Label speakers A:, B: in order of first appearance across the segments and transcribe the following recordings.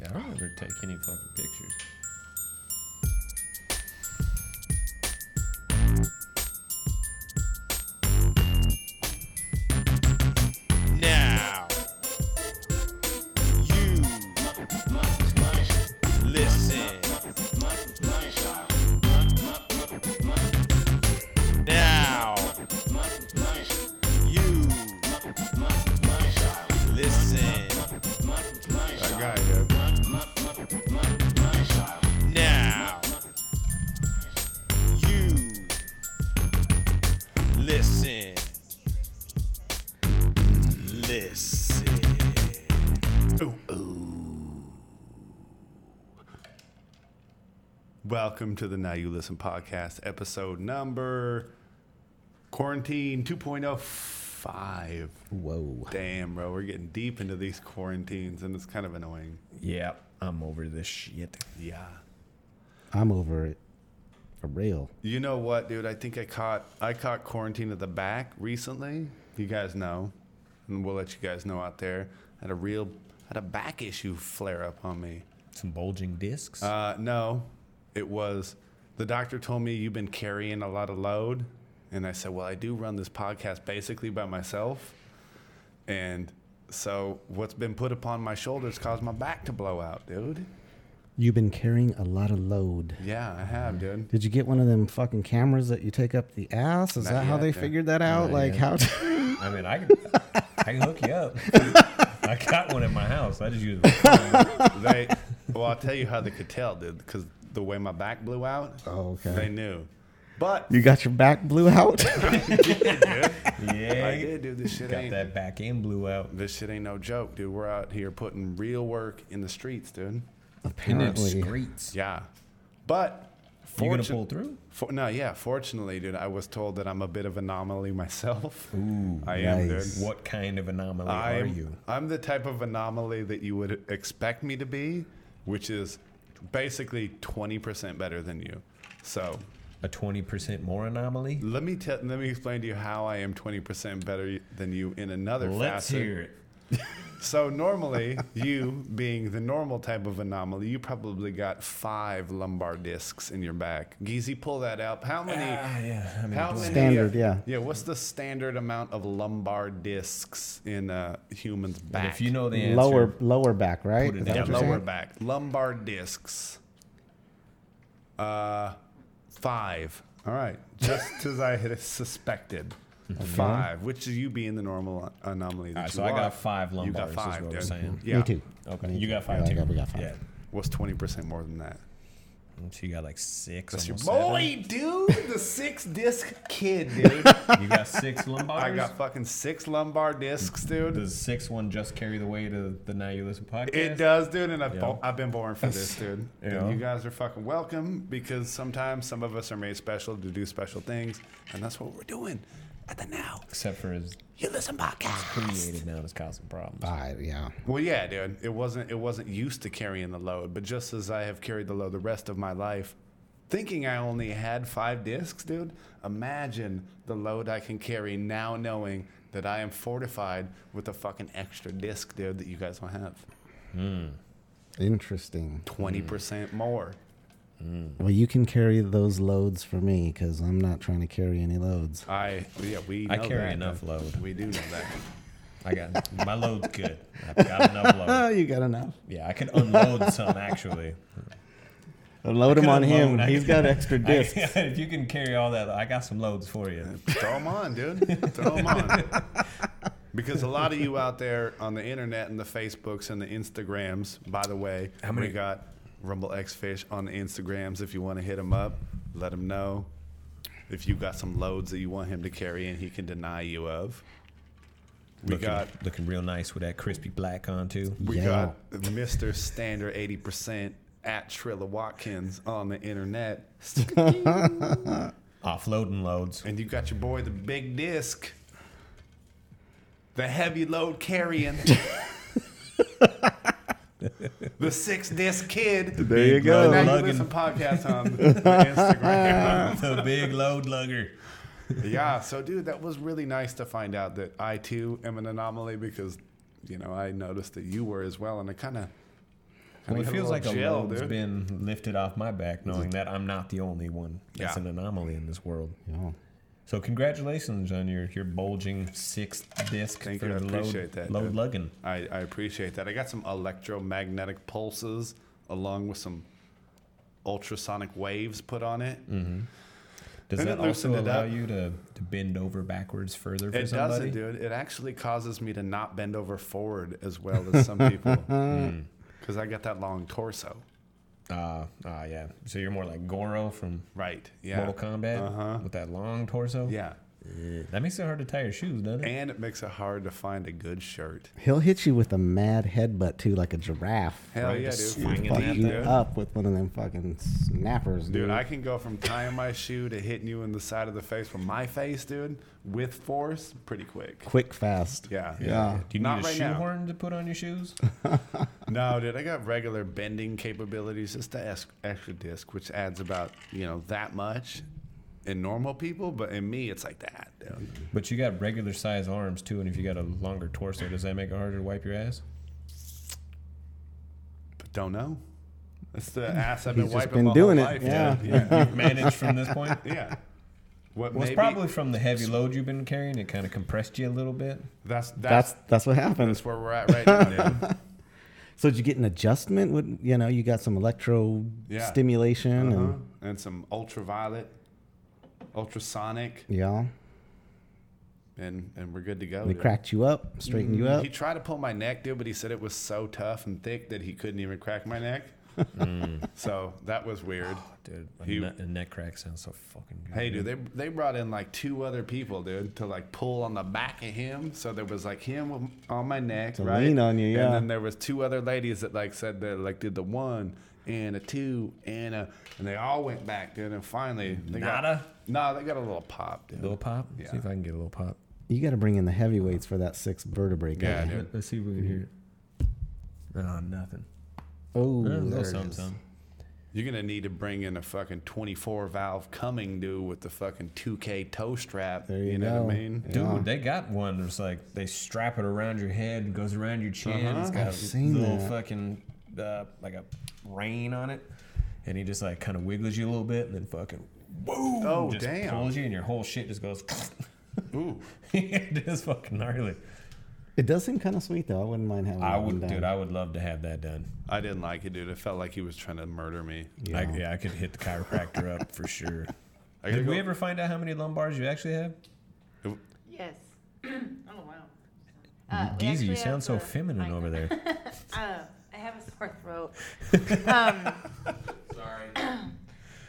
A: Yeah, I don't ever take any fucking pictures.
B: Now, you listen. Now, you listen.
C: That guy, yeah.
B: Now, you listen. Listen.
C: Welcome to the Now You Listen podcast, episode number quarantine 2.05.
A: Whoa.
C: Damn, bro, we're getting deep into these quarantines, and it's kind of annoying.
A: Yeah, I'm over this shit.
C: Yeah.
D: I'm over it. For real.
C: You know what, dude? I think I caught I caught quarantine at the back recently. You guys know, and we'll let you guys know out there. Had a real had a back issue flare up on me.
A: Some bulging discs.
C: Uh, no, it was the doctor told me you've been carrying a lot of load, and I said, well, I do run this podcast basically by myself, and so what's been put upon my shoulders caused my back to blow out, dude.
D: You've been carrying a lot of load.
C: Yeah, I have, dude.
D: Did you get one of them fucking cameras that you take up the ass? Is
C: Not
D: that how
C: yet,
D: they
C: yeah.
D: figured that out? like
A: yet.
D: how?
A: I mean, I can, I can hook you up. I got one at my house. I just use my phone.
C: they well i'll tell you how they could tell dude because the way my back blew out
D: Oh, okay.
C: they knew but
D: you got your back blew out.
C: i
A: Yeah.
C: did dude this shit
A: Got
C: ain't
A: that back end blew out.
C: this shit ain't no joke dude we're out here putting real work in the streets dude
A: In them
D: Apparently,
A: streets.
C: yeah but
A: You gonna
C: fortune-
A: pull through?
C: for, no yeah fortunately dude i was told that i'm a bit of anomaly myself
A: Ooh.
C: i am
D: nice.
C: dude
A: What kind of anomaly are
C: I'm,
A: you?
C: I'm the type of anomaly that you would expect me to be which is basically 20% better than you so
A: A 20% more anomaly?
C: Let me tell. Let me explain to you how I am twenty percent better than you in another
A: Let's
C: facet.
A: hear it.
C: So normally, you being the normal type of anomaly, you probably got five lumbar discs in your back. Geezy, pull that up. How many?
A: Ah, yeah. I mean,
C: how many?
D: Standard, yeah.
C: Yeah. What's the standard amount of lumbar discs in a human's
A: but
C: back?
A: if you know the answer,
D: lower lower back, right?
A: Put it
D: Is that
A: down.
C: yeah,
D: what you're
C: lower
D: saying?
C: back lumbar discs. Uh, five. All right, just as I had suspected. Five, which is you being the normal anomaly. That
A: All right,
C: you
A: so I
C: are.
A: got five
C: You got
A: lumbars, is
C: five.
A: what we're
C: dude.
A: saying.
C: Yeah.
D: Me too.
A: Okay,
D: Me
A: you
D: too.
A: got five
D: Yeah, I
A: too.
D: got- we got five.
A: Yeah.
C: Was twenty percent more than that.
A: So you got like six.
C: That's your
A: almost
C: boy, dude. The six disc kid, dude.
A: seven. You got six lumbars.
C: I got fucking six lumbar discs, dude.
A: Does six one just carry the weight of the Now You Listen podcast?
C: It does, dude, and I've, bo-
A: Yeah.
C: I've been born for this, dude.
A: Yeah.
C: And you guys are fucking welcome because sometimes some of us are made special to do special things, and that's what we're doing at the now.
A: Except for his
C: You listen podcast.
A: created now is causing problems.
C: Ah.
D: Five, yeah.
C: Well, yeah, dude. It wasn't it wasn't used to carrying the load, but just as I have carried the load the rest of my life, thinking I only had five discs, dude. Imagine the load I can carry now, knowing that I am fortified with a fucking extra disc, dude, that you guys don't
A: Mm.
C: have.
D: Interesting.
C: Twenty percent more.
D: Well, you can carry those loads for me because I'm not trying to carry any loads.
C: I yeah we.
A: I
C: know
A: carry
C: that,
A: enough
C: dude.
A: load.
C: We do know that.
A: I got my load's good. I've got enough
D: Oh,
A: load.
D: you got enough.
A: Yeah, I can unload some actually.
D: Load them
A: Could
D: on him.
A: unload. I
D: He's
A: could-
D: got extra
A: I-
D: discs.
A: if you can carry all that, I got some loads for you.
C: Throw them on, dude. Throw them on. Because a lot of you out there on the internet and the Facebooks and the Instagrams, by the way,
A: How many-
C: we got Rumble X Fish on the Instagrams. If you want to hit him up, let him know. If you got some loads that you want him to carry and he can deny you of, we
A: looking,
C: got
A: looking real nice with that crispy black on too.
C: we
D: Yeah.
C: got Mr. Standard eighty percent at Trilla Watkins on the internet,
A: Offloading loads.
C: and you got your boy the big disc, the heavy load carrying, the six disc kid.
D: There you
A: Big
D: go.
A: load
C: now you
A: lugging.
C: listen podcast on the Instagram.
A: the big load lugger.
C: yeah, so dude, that was really nice to find out that I too am an anomaly because, you know, I noticed that you were as well, and I kind of
A: Well,
C: need
A: it
C: a
A: feels
C: little
A: like a
C: gel,
A: load's
C: dude.
A: been lifted off my back, knowing that I'm not the only one. That's
B: Yeah.
A: an anomaly in this world.
D: Yeah.
A: So congratulations on your, your bulging sixth disc
C: Thank
A: for
C: you, I
A: the load,
C: appreciate that,
A: load
C: dude.
A: lugging.
C: I, I appreciate that. I got some electromagnetic pulses along with some ultrasonic waves put on it.
A: Mm. Does
C: And
A: that
C: it
A: also
C: loosened it
A: allow
C: up.
A: you to, to bend over backwards further for
C: It
A: somebody?
C: doesn't, dude. It actually causes me to not bend over forward as well as some people
A: Mm.
C: because I got that long torso.
A: Ah, ah, yeah. So you're more like Goro from
C: Right. Yeah.
A: Mortal Kombat
C: Uh-huh.
A: with that long torso.
C: Yeah.
A: Eh, that makes it hard to tie your shoes, doesn't it?
C: And it makes it hard to find a good shirt.
D: He'll hit you with a mad headbutt too, like a giraffe.
C: Hell
A: Right,
C: yeah,
A: just
C: dude.
A: swinging
C: Fuck
A: that
C: you
D: Fucking
A: thing.
C: up.
D: up with one of them fucking snappers, dude.
C: Dude, I can go from tying my shoe to hitting you in the side of the face from my face, dude, with force, pretty quick.
D: Quick, fast.
C: Yeah.
D: Yeah.
A: Do you
C: Not
A: need a
C: right now.
A: shoehorn to put on your shoes?
C: No, dude, I got regular bending capabilities. It's the es- extra disc, which adds about you know that much in normal people, but in me, it's like that. Dude.
A: but you got regular size arms too, and if you got a longer torso, does that make it harder to wipe your ass?
C: But don't know. That's the ass I've been
D: He's just
C: wiping
D: been
C: my
D: doing
C: whole
D: it,
C: life.
D: yeah.
C: dude. yeah,
A: You've managed from this point.
C: yeah. What
A: Well, it's
C: maybe-
A: probably from the heavy load you've been carrying. It kind of compressed you a little bit.
C: that's
D: That's
C: that's
D: that's what happens.
C: that's where we're at right now, dude.
D: So did you get an adjustment? With you know, you got some electro
C: Yeah.
D: stimulation
C: Uh-huh.
D: and
C: And some ultraviolet, ultrasonic,
D: yeah,
C: and and we're good to go.
D: they
C: dude.
D: cracked you up, straightened you up.
C: He tried to pull my neck, dude, but he said it was so tough and thick that he couldn't even crack my neck.
A: Mm.
C: so that was weird.
A: Dude, a,
C: He-
A: ne- a neck crack sounds so fucking good.
C: Hey, dude, they they brought in like two other people, dude, to like pull on the back of him. So there was like him with- on my neck,
D: To
C: right?
D: lean on you, yeah.
C: And then there was two other ladies that like said they like did the one and a two and a, and they all went back, dude. And finally, they
A: Nada?
C: Got, nah, they got a little pop, dude.
A: Little pop. See if I can get a little pop.
D: You got to bring in the heavyweights for that sixth vertebrae. guy.
C: Yeah, dude.
A: Let- Let's see if we can hear it. Oh, Mm-hmm. nothing. Uh,
D: Oh,
A: a
D: there
A: little
D: it
A: something,
D: is.
A: something.
C: You're gonna need to bring in a fucking 24 valve coming dude with the fucking 2K toe strap.
D: There you
C: know what I
D: go.
C: mean?
A: Dude, they got one. It's like they strap it around your head, goes around your chin. It's got
D: I've
A: a
D: seen
A: little
D: that.
A: fucking uh, like a rain on it, and he just like kind of wiggles you a little bit, and then fucking boom,
C: Oh,
A: just
C: damn.
A: pulls you, and your whole shit just goes.
C: Ooh,
A: it is fucking gnarly.
D: It does seem kind of sweet though. I wouldn't mind having.
A: I
D: that one
A: would,
D: done.
A: dude. I would love to have that done.
C: I didn't like it, dude. It felt like he was trying to murder me.
A: Yeah, I, yeah, I could hit the chiropractor up for sure.
C: I gotta
A: Did we
C: go-
A: ever find out how many lumbars you actually have?
E: Yes. oh wow. Uh,
A: Geezy,
E: we
A: you
E: actually
A: sound
E: have,
A: so
E: uh, I
A: feminine
E: know.
A: over there.
E: Uh, I have a sore throat. um,
B: Sorry.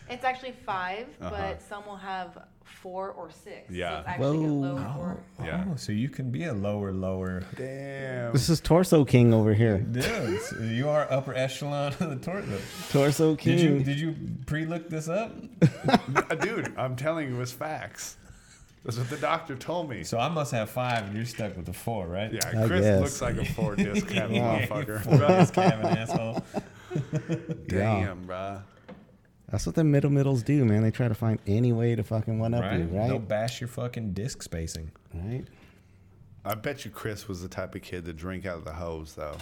E: it's actually 5
C: Uh-huh.
E: but some will have four or six.
C: Yeah.
E: So it's actually a
D: Whoa.
E: low
A: Oh,
E: or
C: Yeah.
A: oh, so you can be a lower, lower.
C: Damn.
D: This is Torso King over here.
A: Dude, you are upper echelon of the torso.
D: Torso King.
A: Did you did you pre look this up?
C: Uh, dude, I'm telling you, it's facts. That's what the doctor told me.
A: So I must have five, and you're stuck with the four, right?
C: Yeah,
D: I
C: Chris
D: guess.
C: looks like a four disc head
A: Yeah, you
C: motherfucker.
A: four ass cabin asshole.
C: Damn, bruh.
D: That's what the middle middles do, man. They try to find any way to fucking one up you,
A: Right?
D: right?
A: They'll bash your fucking disc spacing.
D: Right.
C: I bet you Chris was the type of kid to drink out of the hose, though.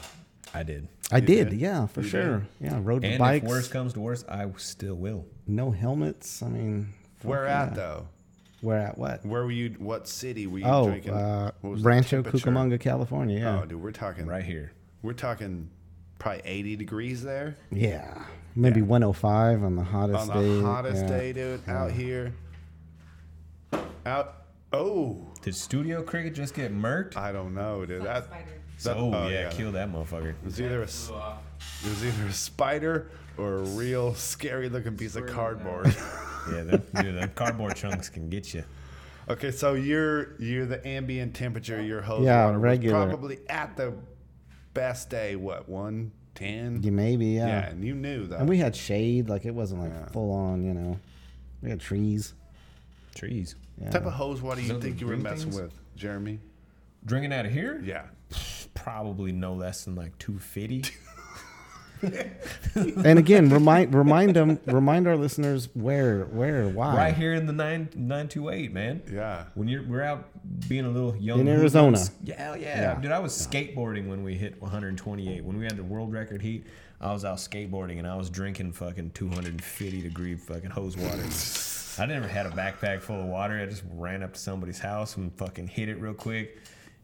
A: I did.
D: I did, yeah, for
C: You
D: sure. Yeah, rode the
A: And
D: bikes.
A: if worse comes to worse, I still will.
D: No helmets. I mean,
C: Where at, though?
D: where at what?
C: Where were you? What city were you
D: Oh,
C: drinking?
D: uh,
C: What was the
D: Rancho
C: temperature?
D: Cucamonga, California. Yeah.
C: Oh, dude, we're talking
A: Right here.
C: We're talking probably 80 degrees there
D: yeah. Maybe 105 on the hottest
C: on
D: day.
C: the hottest
D: yeah.
C: day, dude. Out here, out. Oh,
A: Did Studio Cricket just get murked?
C: I don't know, dude. That,
E: spider.
C: that-
A: oh, yeah,
C: It
A: kill that motherfucker.
C: was either a, s- it was either a spider or a real scary looking piece of cardboard.
A: Yeah, that, dude, the cardboard chunks can get you.
C: okay, so you're you're the ambient temperature. of Your hose
D: Yeah,
C: water was
D: regular.
C: probably at the best day. What 110?
D: Yeah, maybe, yeah.
C: Yeah, and you knew though.
D: And we had shade. Like, it wasn't like full on, you know. We had trees.
A: Trees.
D: Yeah.
C: type of hose water you
A: Those
C: think you were
A: green
C: messing
A: things?
C: with, Jeremy?
A: Drinking out of here?
C: Yeah.
A: Probably no less than like 250.
D: and again, remind remind them remind our listeners where where why
A: right here in the nine nine two eight, man.
C: Yeah.
A: When you're we're out being a little young
D: In
A: hoodlum,
D: Arizona.
A: s- Yeah, hell yeah.
D: Yeah.
A: dude. I was skateboarding when we hit 128. When we had the world record heat, I was out skateboarding and I was drinking fucking 250 degree fucking hose water. I never had a backpack full of water. I just ran up to somebody's house and fucking hit it real quick.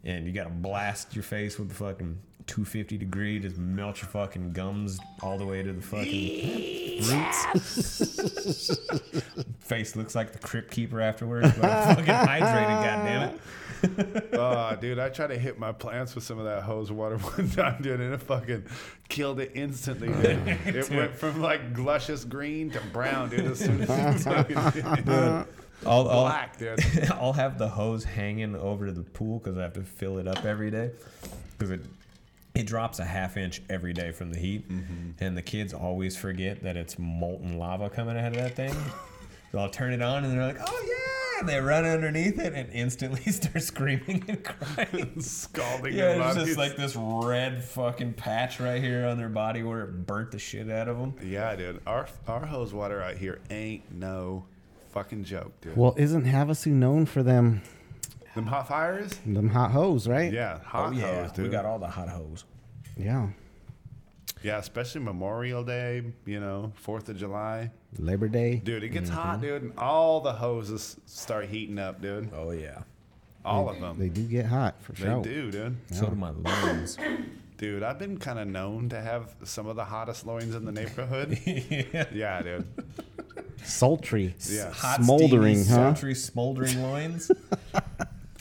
A: And you gotta blast your face with the fucking 250 degree, just melt your fucking gums all the way to the fucking roots face looks like the crypt keeper afterwards. But I'm fucking hydrated, goddammit.
C: Oh, dude, I tried to hit my plants with some of that hose water one time, dude, and it fucking killed it instantly, dude. It went from like luscious green to brown, dude, as soon as it fucking
A: Uh, I'll, I'll,
C: black, dude.
A: I'll have the hose hanging over to the pool because I have to fill it up every day because it it drops a half inch every day from the heat,
C: Mm-hmm.
A: and the kids always forget that it's molten lava coming out of that thing. so I'll turn it on and they're like, "Oh yeah!" And they run underneath it and instantly start screaming and crying.
C: Scalding their
A: Yeah, it's
C: bodies.
A: just like this red fucking patch right here on their body where it burnt the shit out of them.
C: yeah, dude. Our our hose water out here ain't no fucking joke, dude.
D: Well, isn't Havasu known for them
C: Them hot fires?
D: them hot hose, right?
C: Yeah, hot hose, dude.
A: Oh, we got all the hot hose.
D: Yeah.
C: yeah, especially Memorial Day, you know, Fourth of July.
D: Labor Day.
C: Dude, it gets
A: Mm-hmm.
C: hot, dude, and all the hoses start heating up, dude.
A: Oh yeah.
C: All of them.
D: They do get hot for
C: They
D: sure.
C: do, dude.
A: So do my lungs.
C: Dude, I've been kind of known to have some of the hottest loins in the neighborhood.
A: yeah.
C: yeah, dude.
D: Sultry.
C: Yeah.
D: Smoldering,
A: steamy,
D: huh?
A: Sultry, smoldering loins.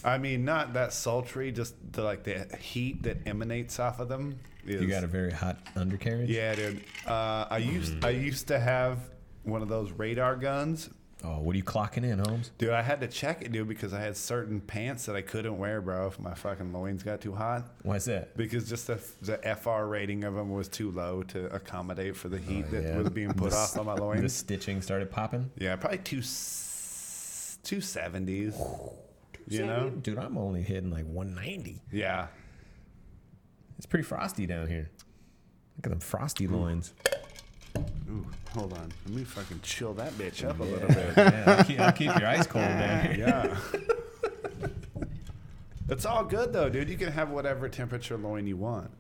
C: I mean, not that sultry, just the, like the heat that emanates off of them. Is,
A: you got a very hot undercarriage.
C: Yeah, dude. Uh, I used
A: Mm.
C: I used to have one of those radar guns.
A: Oh, what are you clocking in, Holmes?
C: Dude, I had to check it, dude, because I had certain pants that I couldn't wear, bro, if my fucking loins got too hot.
A: Why's that?
C: Because just the, the FR rating of them was too low to accommodate for the heat that
A: Oh, yeah.
C: was being put off on my loins.
A: The stitching started popping.
C: Yeah, probably two s- two seventies. You know?
A: dude, I'm only hitting like 190.
C: Yeah.
A: It's pretty frosty down here. Look at them
C: Hmm.
A: frosty loins.
C: Ooh, hold on. Let me fucking chill that bitch up a little bit.
A: Yeah, I'll, keep, I'll keep your ice cold down here.
C: Yeah. it's all good though, dude. You can have whatever temperature loin you want.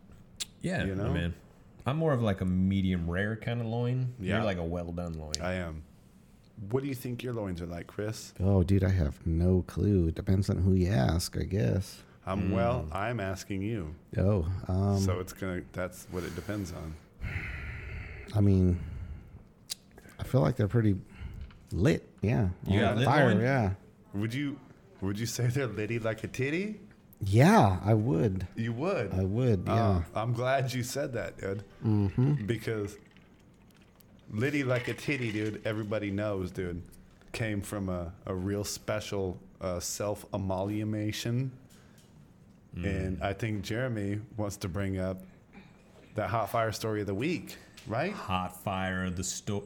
A: Yeah,
C: You
A: my
C: know?
A: man. I'm more of like a medium rare kind of loin.
C: Yeah.
A: You're like a well done loin.
C: I am. What do you think your loins are like, Chris?
D: Oh, dude, I have no clue. It depends on who you ask, I guess.
C: I'm well. I'm asking you.
D: Oh, um,
C: so it's gonna. That's what it depends on.
D: I mean, I feel like they're pretty lit. Yeah.
A: You
D: On
A: got a lit
D: fire.
A: one?
D: Yeah.
C: Would you? Would you say they're litty like a titty?
D: Yeah, I would.
C: You would.
D: I would. Yeah.
C: Uh, I'm glad you said that, dude. Because Liddy Like a Titty, dude, everybody knows, dude, came from a, a real special uh, self emolumation. And I think Jeremy wants to bring up that hot fire story of the week, right?
A: Hot fire of the sto-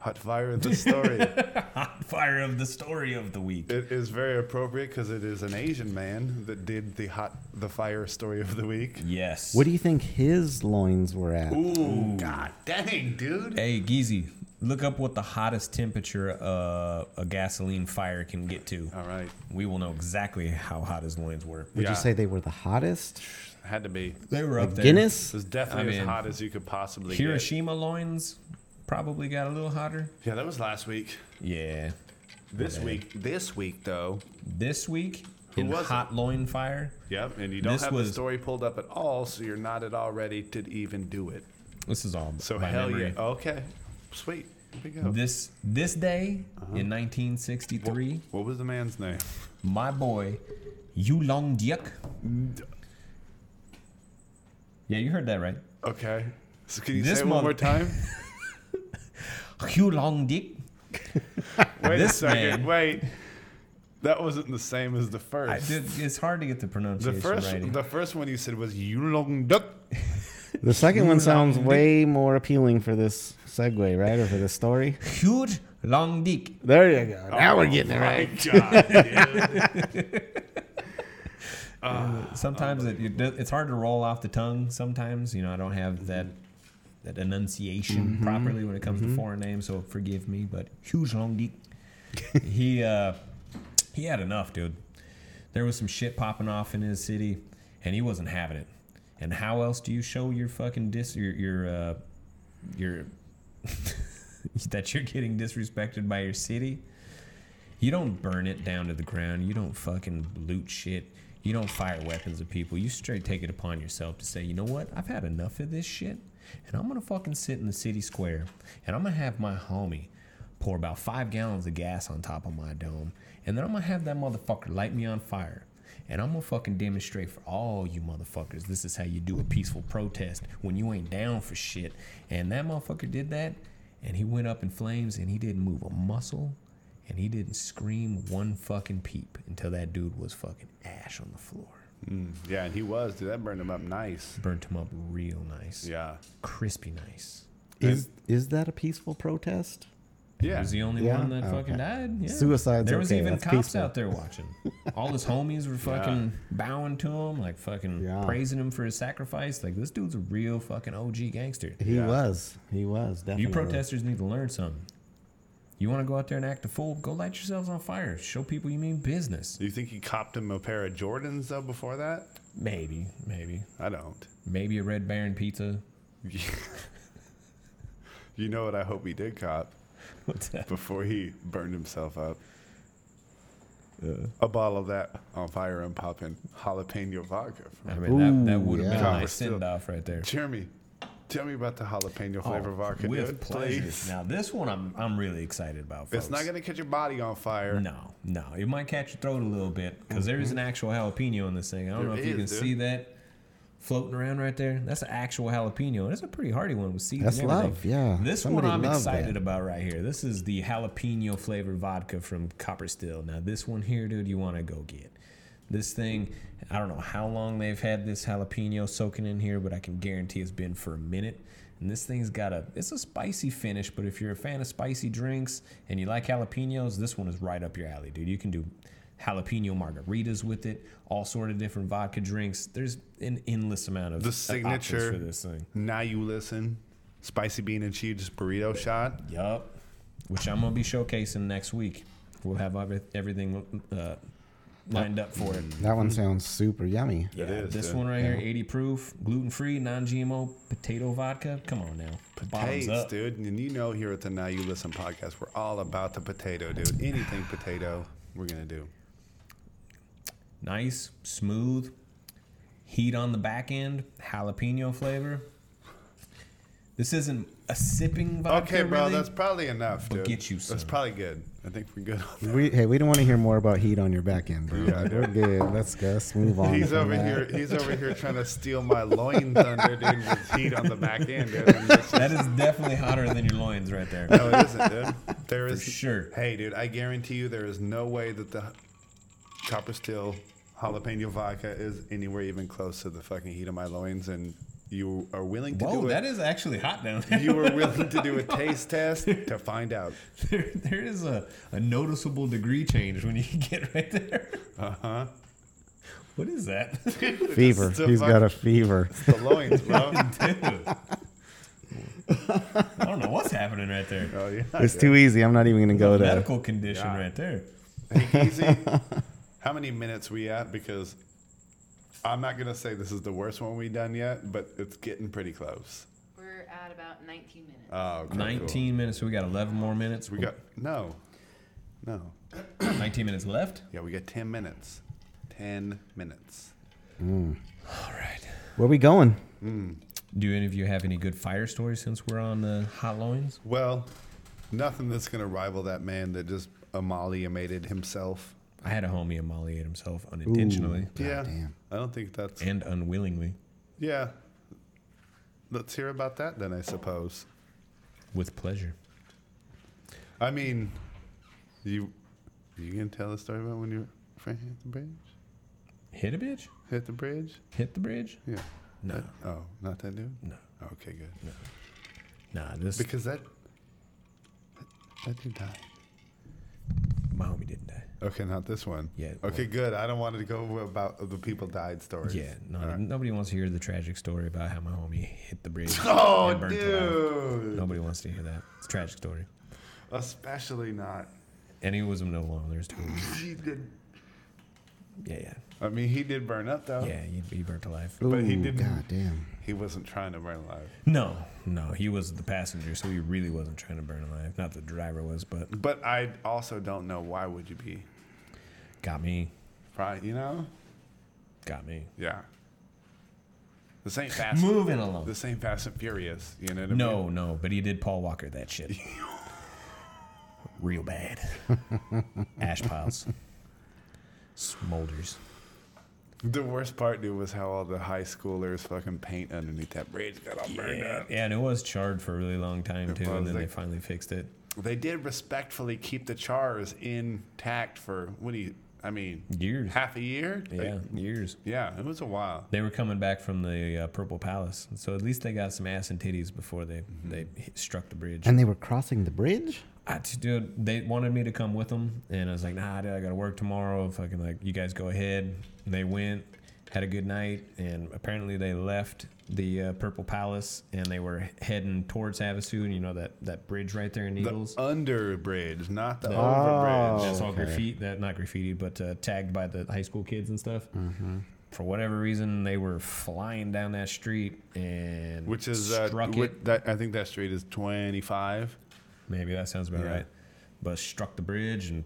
C: Hot fire is the story. it
A: hot fire of the story of the week.
C: is very appropriate because it is an Asian man that did the hot the fire story of the week.
A: Yes.
D: What do you think his loins were at?
C: Ooh, god dang, dude.
A: Hey, Geezy, look up what the hottest temperature uh, a gasoline fire can get to.
C: All right,
A: We will know exactly how hot his loins were.
D: Would
C: Yeah.
D: you say they were the hottest?
C: had to be.
A: They were up there.
D: Guinness?
C: It was definitely
A: I
C: as
A: mean,
C: hot as you could possibly
A: Hiroshima loins probably got a little hotter.
C: get. Yeah, that was last week.
A: Yeah.
C: This week, this week though.
A: This week,
C: Who
A: in
C: was it?
A: hot loin fire,
C: Yep, and you don't
A: This
C: have the
A: was-
C: story pulled up at all, so you're not at all ready to even do it.
A: this is all
C: So
A: by
C: hell
A: memory.
C: yeah. Oh. Okay, sweet. Here we go.
A: This this day
C: Uh-huh.
A: in 1963,
C: What was the man's name?
A: my boy Yu Long Diak. Yeah, you heard that right.
C: Okay. So can you
A: This
C: say it one
A: month-
C: more time?
A: Yu Long Diak.
C: Wait a
A: This
C: second.
A: man.
C: Wait. That wasn't the same as the first.
A: I did, it's hard to get the
C: The
A: pronunciation
C: first,
A: right.
C: the first one you said was Yulong Duk.
D: The second one sounds way more appealing for this segue, right? Or for this story.
A: Huge long dick.
D: There you go. Now we're getting
C: Oh,
D: it right.
A: Sometimes it, it do- it's hard to roll off the tongue. Sometimes you know I don't have that that enunciation
C: Mm-hmm.
A: properly when it comes to foreign names. So forgive me, but huge long dick. he uh, he had enough, dude. There was some shit popping off in his city, and he wasn't having it. And how else do you show your fucking dis your your uh, your that you're getting disrespected by your city? You don't burn it down to the ground. You don't fucking loot shit. You don't fire weapons at people. You straight take it upon yourself to say, you know what? I've had enough of this shit, and I'm gonna fucking sit in the city square, and I'm gonna have my homie pour about five gallons of gas on top of my dome, and then I'm gonna have that motherfucker light me on fire. And I'm gonna fucking demonstrate for all you motherfuckers. This is how you do a peaceful protest when you ain't down for shit. And that motherfucker did that, and he went up in flames, and he didn't move a muscle, and he didn't scream one fucking peep until that dude was fucking ash on the floor.
C: Yeah, and he was, dude. That burned him up nice.
A: Burnt him up real nice.
C: Yeah.
A: Crispy nice.
D: Is is that a peaceful protest?
A: He
C: Yeah.
A: was the only
D: Yeah?
A: one that
D: Okay.
A: fucking died. Yeah.
D: Suicide's
A: There was
D: okay,
A: even
D: that's
A: cops
D: peaceful.
A: out there watching. All his homies were fucking bowing to him, like fucking
D: Yeah.
A: praising him for his sacrifice. Like this dude's a real fucking OG gangster.
D: He was. He was definitely.
A: You protesters need to learn something. You want to go out there and act a fool? Go light yourselves on fire. Show people you mean business.
C: Do you think he copped him a pair of Jordans though before that?
A: Maybe, maybe,
C: I don't.
A: maybe a Red Baron pizza.
C: You know what? I hope he did cop
A: What's that?
C: before he burned himself up. a bottle of that on fire and popping jalapeno vodka. From
A: I mean, that, that
D: Ooh,
A: would have been a
D: yeah.
A: nice send off right there.
C: Jeremy, tell me about the jalapeno flavor
A: Oh,
C: vodka,
A: with
C: dude.
A: pleasure.
C: Please.
A: Now this one I'm I'm really excited about. Folks.
C: It's not gonna catch your body on fire.
A: No, no. It might catch your throat a little bit because is an actual jalapeno in this thing. I don't
C: Mm-hmm. There
A: know if you can
C: is, dude.
A: see that floating around right there. That's an actual jalapeno. And it's a pretty hearty one with seeds.
D: That's
A: and everything.
D: love, yeah.
A: This
D: Somebody
A: one I'm
D: love
A: excited
D: that.
A: about right here. This is the jalapeno flavored vodka from Copper Still. Now, this one here, dude, you want to go get. This thing, I don't know how long they've had this jalapeno soaking in here, but I can guarantee it's been for a minute. And this thing's got a it's a spicy finish, but if you're a fan of spicy drinks and you like jalapenos, this one is right up your alley, dude. You can do jalapeno margaritas with it, all sort of different vodka drinks. There's an endless amount of uh,
C: The
A: options
C: signature.
A: for this thing.
C: Now you listen. Spicy bean and cheese burrito shot.
A: Yup. Which I'm gonna be showcasing next week. We'll have every- everything uh, lined up for it.
D: That one sounds super yummy.
A: Yeah,
C: Mm, is,
A: this
C: dude.
A: one right here, 80 proof, gluten free, non GMO, potato vodka. Come on now. Bottoms
C: Taste,
A: up.
C: dude. And you know here at the Now You Listen podcast, we're all about the potato, dude. Anything potato, we're gonna do.
A: Nice, smooth, heat on the back end, jalapeno flavor. This isn't a sipping vodka.
C: Okay, bro,
A: really.
C: that's probably enough, dude.
A: get you
C: That's
A: some.
C: probably good. I think we're good on
D: We, hey, we don't want to hear more about heat on your back end, bro. We're good. Let's go. Let's move on.
C: that. He's
D: from
C: over
D: that.
C: here. He's over here trying to steal my loin thunder, dude. With heat on the back end, dude. And this is-
A: that is definitely hotter than your loins right there.
C: no, it isn't, dude. There is
A: sure.
C: Hey, dude, I guarantee you, there is no way that the copper steel jalapeno vodka is anywhere even close to the fucking heat of my loins, and you are willing to
A: Whoa,
C: do
A: that
C: it.
A: is actually hot down there.
C: you were willing to do a taste test to find out.
A: there, there is a, a noticeable degree change when you get right there. Uh huh.
C: Uh-huh.
A: What is that?
D: Fever.
C: It's the
D: He's
C: fuck-
D: got a fever.
C: the loins, bro.
A: I don't know what's happening right there.
C: oh yeah.
D: It's too easy. I'm not even going to go there.
A: Medical condition
C: Yeah.
A: right there.
C: easy. How many minutes we at? Because I'm not gonna say this is the worst one we done yet, but it's getting pretty close.
E: We're at about 19 minutes.
C: Oh, okay, cool.
A: 19 minutes. So we got 11 more minutes.
C: We got no, no.
A: 19 minutes left.
C: Yeah, we got ten minutes. Ten minutes.
A: All right.
D: Where we going?
A: Do any of you have any good fire stories since we're on the hot loins?
C: Well, nothing that's gonna rival that man that just amalgamated himself.
A: I had a homie emoliate himself unintentionally
C: yeah,
D: damn.
C: I don't think that's.
A: and unwillingly
C: Yeah. Let's hear about that then, I suppose.
A: with pleasure.
C: I mean, you you gonna tell the story about when your friend hit the bridge?
A: Hit a bitch?
C: Hit the bridge?
A: Hit the bridge?
C: Yeah.
A: No.
C: Oh, not that dude.
A: No.
C: Okay, good.
A: Nah, this
C: Because that that dude died.
A: My homie didn't die.
C: Okay, not this one.
A: Yeah,
C: Okay, good. I don't want it to go about the people died stories.
A: Yeah, no, nobody wants to hear the tragic story about how my homie hit the bridge.
C: Oh,
A: and burnt alive.
C: dude.
A: Nobody wants to hear that. It's a tragic story.
C: Especially not.
A: And he was no longer. There's two of them.
C: He did.
A: Yeah, yeah.
C: I mean, he did burn up though.
A: Yeah, he, he burnt alive.
C: But he
D: Ooh,
C: didn't-
D: God damn.
C: He wasn't trying to burn alive.
A: No, no, he was the passenger, so he really wasn't trying to burn alive. Not the driver was, but
C: But I also don't know why would you be.
A: got me.
C: Probably, you know.
A: Got me.
C: Yeah. This ain't fast.
A: Moving along.
C: This ain't Fast and Furious. You know what I mean?
A: No, no, but he did Paul Walker that shit. Real bad. Ash piles. Smolders.
C: The worst part, dude, was how all the high schoolers fucking paint underneath that bridge got all burned
A: Yeah,
C: up.
A: yeah, and it was charred for a really long time too, and
C: was
A: then they
C: like-
A: finally fixed it.
C: They did respectfully keep the chars intact for what do you? I mean,
A: Years.
C: half a year. Like,
A: Yeah, years.
C: yeah, it was a while.
A: They were coming back from the uh, Purple Palace, so at least they got some ass and titties before they they hit, struck the bridge.
D: And they were crossing the bridge?
A: I, t- dude, they wanted me to come with them, and I was like, nah, dude, I gotta work tomorrow. Fucking like, you guys go ahead. And they went, had a good night, and apparently they left the uh, Purple Palace and they were heading towards Havasu, and you know that that bridge right there in Eagles.
C: The uh, under bridge, not the
A: No.
C: over bridge.
A: That's all
D: Oh, okay.
A: graffiti, that not graffiti, but uh, tagged by the high school kids and stuff.
D: Mm-hmm.
A: For whatever reason, they were flying down that street and
C: Which is uh,
A: struck
C: whi-
A: it.
C: that I think that street is 25.
A: Maybe that sounds about
C: Yeah.
A: right. But struck the bridge and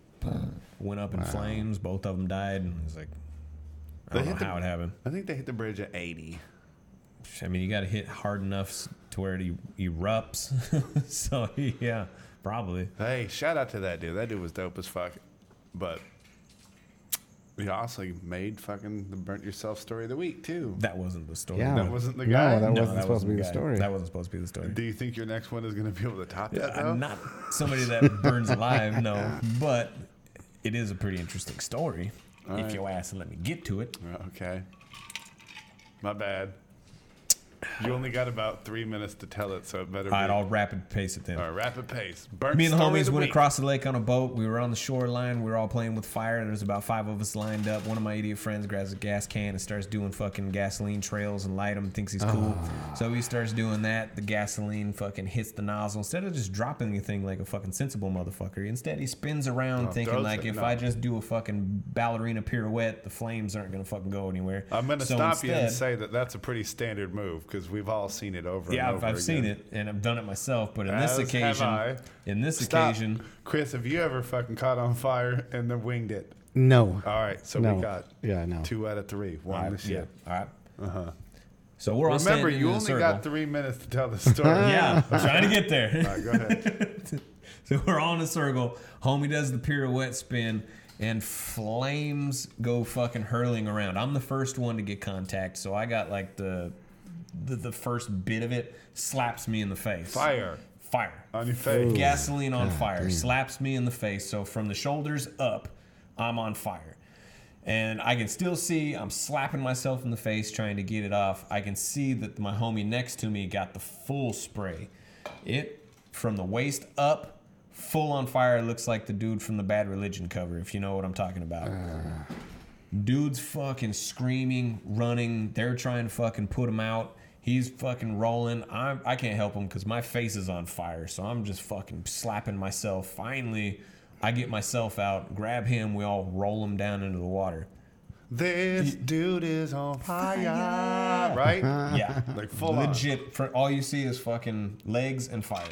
A: went up in flames. Both of them died, and it's like I
C: They
A: don't know
C: hit the-
A: how it happened.
C: I think they hit the bridge at 80.
A: I mean, you got to hit hard enough s- to where it e- erupts. so yeah, probably.
C: Hey, shout out to that dude. That dude was dope as fuck. But we also made fucking the burnt yourself story of the week too.
A: That wasn't the story.
D: Yeah.
A: No,
C: That wasn't the guy.
D: No, that
A: that
D: wasn't supposed to be the
A: guy.
D: story.
A: That wasn't supposed to be the story.
C: Do you think your next one is gonna be able to top that? though?
A: I'm Uh, not somebody that burns alive, no, but it is a pretty interesting story. if
C: right.
A: your ass let me get to it.
C: Uh, Okay. My bad. You only got about three minutes to tell it, so it better be.
A: All right, I'll rapid pace it then.
C: All right, rapid pace. Burnt
A: Me and the
C: story of
A: homies
C: the
A: went
C: week.
A: across the lake on a boat. We were on the shoreline. We were all playing with fire. There's about five of us lined up. One of my idiot friends grabs a gas can and starts doing fucking gasoline trails and light 'em, Thinks he's cool.
C: Ah.
A: So he starts doing that. The gasoline fucking hits the nozzle. Instead of just dropping anything like a fucking sensible motherfucker, instead he spins around thinking
C: throws
A: like,
C: Oh, it.
A: if
C: No.
A: I just do a fucking ballerina pirouette, the flames aren't gonna fucking go anywhere.
C: I'm going to
A: So
C: stop you and
A: instead-
C: say that that's a pretty standard move because we've all seen it over
A: yeah,
C: and
A: I've,
C: over
A: I've
C: again.
A: seen it and I've done it myself. But in this
C: As have I.
A: occasion, in this
C: Stop.
A: occasion,
C: Chris, have you ever fucking caught on fire and then winged it?
D: No.
C: All right, so
D: No.
C: we got
D: Yeah, I know.
C: two out of three. One
A: All right,
C: to shit.
A: Yeah. All right. Uh huh. So we're all
C: Remember,
A: standing
C: you
A: in a
C: only
A: circle.
C: got three minutes to tell the story.
A: Yeah, I'm trying to get
C: All
A: there.
C: right, go ahead.
A: So we're all in a circle. Homie does the pirouette spin, and flames go fucking hurling around. I'm the first one to get contact, so I got like the the, the first bit of it slaps me in the face.
C: Fire
A: Fire.
C: on your face.
A: gasoline on
D: God
A: fire
D: damn.
A: slaps me in the face so from the shoulders up i'm on fire and i can still see i'm slapping myself in the face trying to get it off i can see that my homie next to me got the full spray it from the waist up full on fire It looks like the dude from the bad religion cover if you know what i'm talking about
D: Uh,
A: Dude's fucking screaming, running. They're trying to fucking put him out. He's fucking rolling. I'm, I can't help him because my face is on fire. So I'm just fucking slapping myself. Finally, I get myself out, grab him. We all roll him down into the water.
C: This dude is on fire. Right?
A: Yeah.
C: Like full on.
A: legit for all you see is fucking legs and fire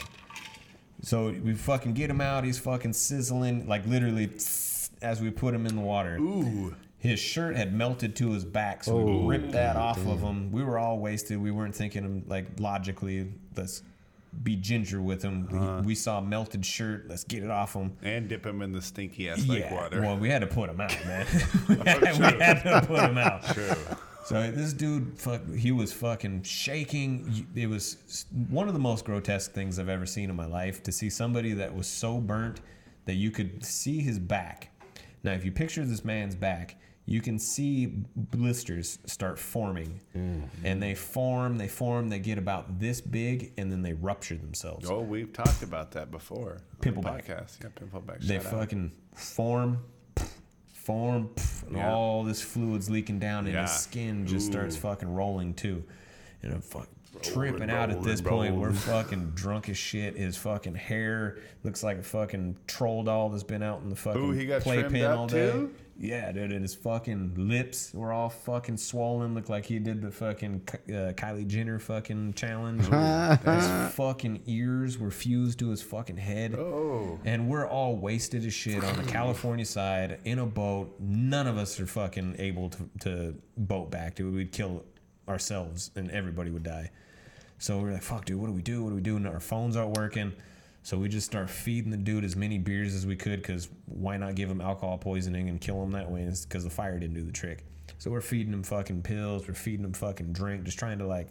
A: so we fucking get him out he's fucking sizzling like literally as we put him in the water ooh his shirt had melted to his back so we
C: Oh,
A: ripped that off of him we were all wasted we weren't thinking him like logically let's be ginger with him We-
C: Uh-huh.
A: we saw melted shirt let's get it off him
C: And dip him in the stinky ass lake water.
A: well, we had to put him out, man. we, had, we had to put him out.
C: True.
A: So this dude, fuck, he was fucking shaking. It was s- one of the most grotesque things I've ever seen in my life to see somebody that was so burnt that you could see his back. Now, if you picture this man's back, you can see blisters start forming,
C: Mm.
A: and they form, they form, they get about this big, and then they rupture themselves.
C: Oh, we've talked about that before. on the
A: Pimple back.
C: podcast. Yeah, pimple back.
A: they
C: shout out.
A: fucking form, form, and
C: Yeah.
A: all this fluid's leaking down, and
C: Yeah.
A: his skin just starts
C: Ooh.
A: fucking rolling too. And I'm fucking tripping out at
C: rolling,
A: this point. We're
C: rolling.
A: fucking drunk as shit. His fucking hair looks like a fucking troll doll that's been out in the fucking
C: Ooh, he got trimmed
A: playpen
C: up
A: all day.
C: too?
A: Yeah, dude, and his fucking lips were all fucking swollen. Looked like he did the fucking Ki- uh, Kylie Jenner fucking challenge. his fucking ears were fused to his fucking head.
C: Oh.
A: And we're all wasted as shit on the California side in a boat. None of us are fucking able to, to boat back. Dude, we'd kill ourselves and everybody would die. So we're like, fuck, dude, what do we do? What do we do? And our phones aren't working. So we just start feeding the dude as many beers as we could because why not give him alcohol poisoning and kill him that way? Because the fire didn't do the trick. So we're feeding him fucking pills. We're feeding him fucking drink. Just trying to like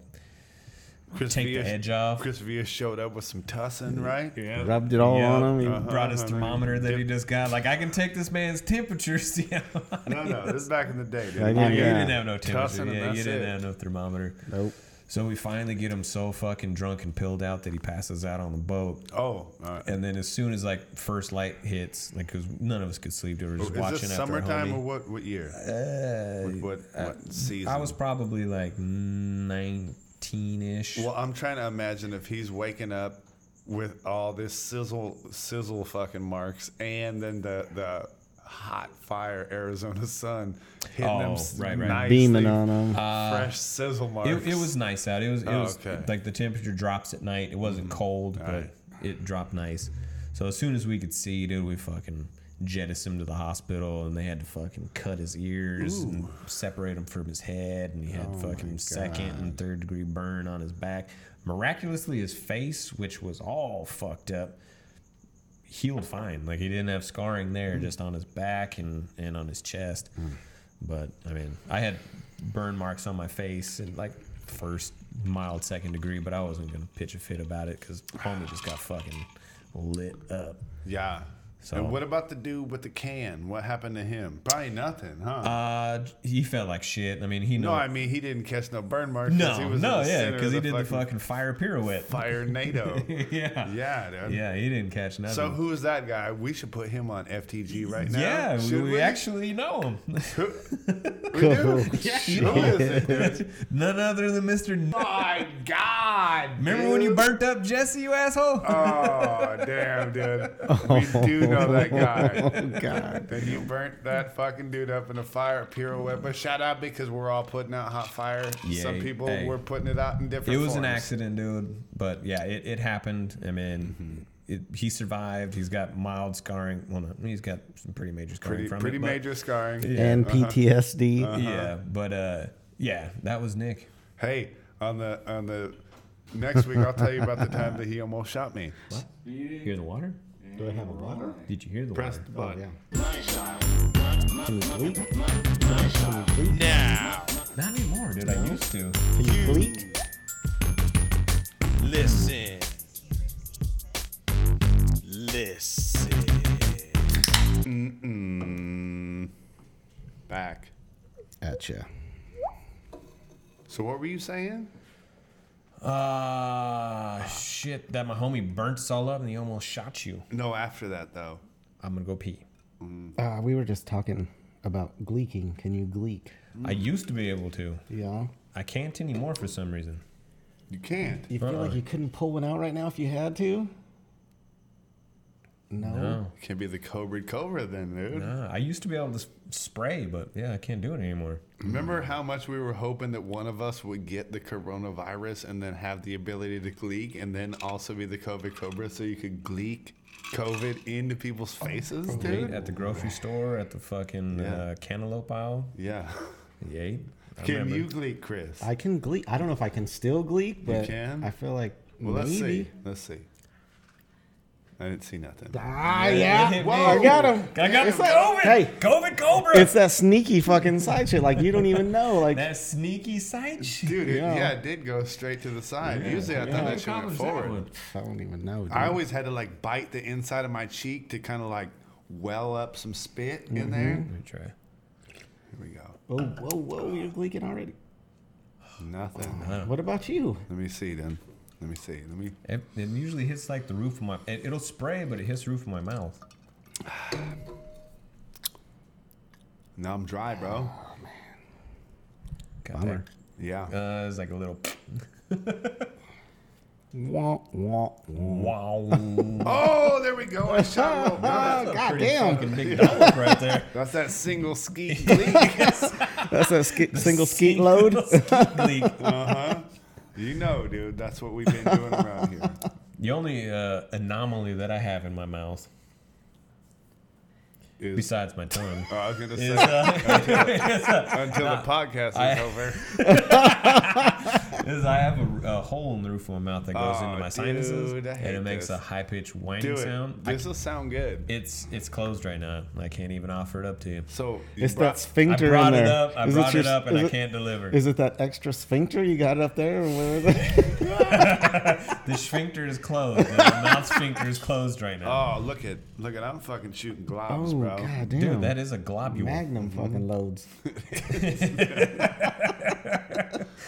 C: Chris
A: take the
C: Villa-
A: edge off.
C: Chris Villa showed up with some tussin, right? Yeah. uh,
D: Rubbed it all
A: Yeah.
D: on him.
C: Uh-huh,
A: He brought his thermometer that he just got. Like I can take this man's temperature. See how hot
C: No, no, this is back in the day, dude.
D: I
A: Yeah,
D: know.
A: you
D: Yeah.
A: didn't have no
C: Tossing
A: temperature.
C: him,
A: Yeah, you
C: that's
A: didn't
C: it.
A: have no thermometer.
D: Nope.
A: So we finally get him so fucking drunk and pilled out that he passes out on the boat.
C: Oh, all right.
A: And then as soon as like first light hits, like because none of us could sleep, dude, we were just
C: Is
A: watching
C: this
A: after
C: summertime or
A: homie.
C: what? What year?
D: Uh,
C: what what, what season?
A: I was probably like nineteen ish.
C: Well, I'm trying to imagine if he's waking up with all this sizzle, sizzle fucking marks, and then the the hot fire Arizona sun hitting
A: Oh,
C: them s-
A: right, right.
C: nicely,
D: Beaming on him.
C: Uh, fresh sizzle marks.
A: It, it was nice out. It was it
C: Oh,
A: was
C: okay. Mm-hmm.
A: like the temperature drops at night. It wasn't cold, but
C: right.
A: it dropped nice. So as soon as we could see, dude, we fucking jettisoned him to the hospital, and they had to fucking cut his ears and separate him from his head, and he
C: Oh
A: had fucking second and third degree burn on his back. Miraculously, his face, which was all fucked up, healed fine. Like he didn't have scarring there,
C: Mm-hmm.
A: just on his back and and on his chest.
C: Mm.
A: But I mean, I had burn marks on my face and like first mild second degree, but I wasn't gonna pitch a fit about it because homie just got fucking lit up.
C: yeah.
A: So-
C: and what about the dude with the can? What happened to him? Probably nothing, huh?
A: Uh, he felt like shit. I mean, he
C: no,
A: know.
C: I mean he didn't catch no burn marks. 'cause
A: no,
C: he was
A: no,
C: in the
A: yeah,
C: center
A: because
C: of
A: he did the fucking fire pirouette.
C: fire NATO.
A: yeah,
C: yeah, dude.
A: yeah, he didn't catch nothing.
C: So who is that guy? We should put him on FTG right now.
A: yeah, we,
C: Should
A: we actually know him.
C: We do.
A: yeah, you
C: Who
A: know
C: is it, dude?
A: none other than Mr.
C: my God.
A: Remember when you burnt up Jesse, you asshole?
C: Oh, damn, dude.
A: Oh,
C: We do know that guy.
D: Oh, God.
C: Then you burnt that fucking dude up in a fire pirouette. But shout out because we're all putting out hot fire.
A: Yeah,
C: Some people
A: hey.
C: were putting it out in different
A: it was an
C: forms.
A: accident, dude. But yeah, it, it happened. I mean,
C: Mm-hmm.
A: it, he survived. He's got mild scarring. Well, no, he's got some pretty major scarring
C: Pretty,
A: from
C: pretty
A: it. but-
C: major scarring.
D: and
C: uh-huh.
D: PTSD.
A: Yeah, but uh, yeah, that was Nick.
C: Hey, on the on the next week, I'll tell you about the time that he almost shot me.
A: You hear the water?
D: Do I have a water?
A: Did you hear the water?
D: Oh, yeah. Can you bleep?
B: Now,
A: Not anymore, dude. I used to.
D: Can you bleep?
B: listen. Listen.
C: Mm-mm. Mm, Back.
D: Gotcha.
C: So what were you saying?
A: Ah, shit. That my homie burnt us all up and he almost shot you.
C: No, after that though.
A: I'm going to go pee.
D: Uh, we were just talking about gleeking. Can you gleek?
A: I
C: Mm.
A: used to be able to.
D: Yeah.
A: I can't anymore for some reason.
C: You can't.
D: You feel
A: Uh-uh.
D: like you couldn't pull one out right now if you had to? No.
A: No.
C: Can't be the Cobra Cobra then, dude.
A: Nah, Uh, I used to be able to s- spray, but yeah, I can't do it anymore.
C: Remember how much we were hoping that one of us would get the coronavirus and then have the ability to gleek and then also be the COVID Cobra so you could gleek COVID into people's faces,
A: You ate
C: dude?
A: at the grocery store, at the fucking uh,
C: Yeah.
A: cantaloupe aisle.
C: Yeah.
A: You ate. I
C: Can
A: remember.
C: you gleek, Chris?
D: I can gleek. I don't know if I can still gleek, but
C: can?
D: I feel like
C: well, let's
D: maybe.
C: see. Let's see. I didn't see nothing.
D: Ah, yeah.
A: hit me.
D: Whoa, I got him.
A: I got
D: It's
A: the
D: like-
A: COVID.
D: Hey,
A: COVID Cobra.
D: it's that sneaky fucking side shit. Like you don't even know. Like
A: that sneaky side shit.
C: Dude, it,
D: Yeah.
C: yeah, it did go straight to the side. Usually I thought that should went forward.
D: I don't even know. Dude.
C: I always had to like bite the inside of my cheek to kind of like well up some spit in there.
A: Let me try.
C: Here we go.
D: Oh, whoa, whoa, you're leaking already.
C: Nothing.
A: Uh.
D: What about you?
C: Let me see then. Let me see. Let me.
A: It, it usually hits like the roof of my. It, it'll spray, but it hits the roof of my mouth.
C: No, I'm dry, bro.
A: Got
D: Bummer.
C: Yeah.
A: that. Uh, it's like a little
D: Wah, wah, wah.
A: wow.
C: Oh, there we go. I shot a little
D: Ah,
A: That's a pretty
D: goddamn.
A: fucking big dollop right there.
C: That's that single ski gleek.
D: That's a ski- single skeet load.
A: Skeet leak.
C: Uh-huh. You know, dude, that's what we've been doing around here.
A: The only uh, anomaly that I have in my mouth,
C: Is,
A: besides my tongue,
C: oh, I was gonna say
A: is uh,
C: until the podcast is
A: I-
C: over.
A: is I have a, a hole in the roof of my mouth that goes
C: Oh,
A: into my sinuses,
C: dude, I hate
A: and it makes
C: this.
A: a high pitched
C: Do
A: whining
C: it.
A: sound. I-
C: This will sound good.
A: it's it's closed right now. I can't even offer it up to you.
C: So you
D: It's
C: brought-
D: that
A: I
D: sphincter in
A: brought
D: there.
A: it up. I
D: Is
A: brought
D: your-
A: it up, and
D: is
A: I
D: it-
A: can't deliver.
D: Is it that extra sphincter you got up there, or where is it?
A: the sphincter is closed. and the mouth sphincter is closed right now.
C: Oh, look at look at I'm fucking shooting globs,
D: Oh,
C: bro.
D: god damn!
A: Dude, that is a globule.
D: Magnum
C: Mm-hmm.
D: fucking loads.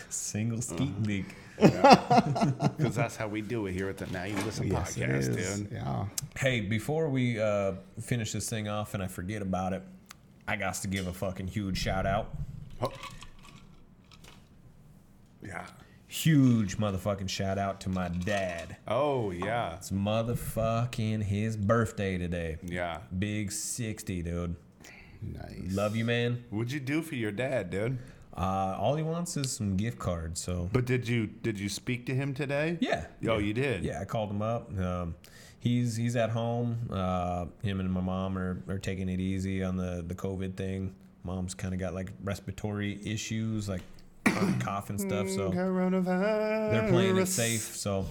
A: Single
D: Mm.
A: skeet leak.
C: Because that's how we do it here at the Now You Listen
D: Yes, it
C: podcast,
D: is.
C: dude.
D: Yeah.
A: Hey, before we uh, finish this thing off and I forget about it, I got to give a fucking huge shout out.
C: Oh. Yeah.
A: Huge motherfucking shout out to my dad.
C: Oh yeah.
A: It's motherfucking his birthday today.
C: Yeah.
A: Big 60, dude.
D: Nice.
A: Love you, man.
C: What'd you do for your dad, dude?
A: Uh, all he wants is some gift cards, so.
C: But did you did you speak to him today?
A: Yeah.
C: Oh, you did.
A: Yeah, I called him up. Um, he's he's at home. Uh, him and my mom are, are taking it easy on the, the COVID thing. Mom's kind of got like respiratory issues, like cough and stuff. So
C: Mm, Coronavirus.
A: they're playing it safe. So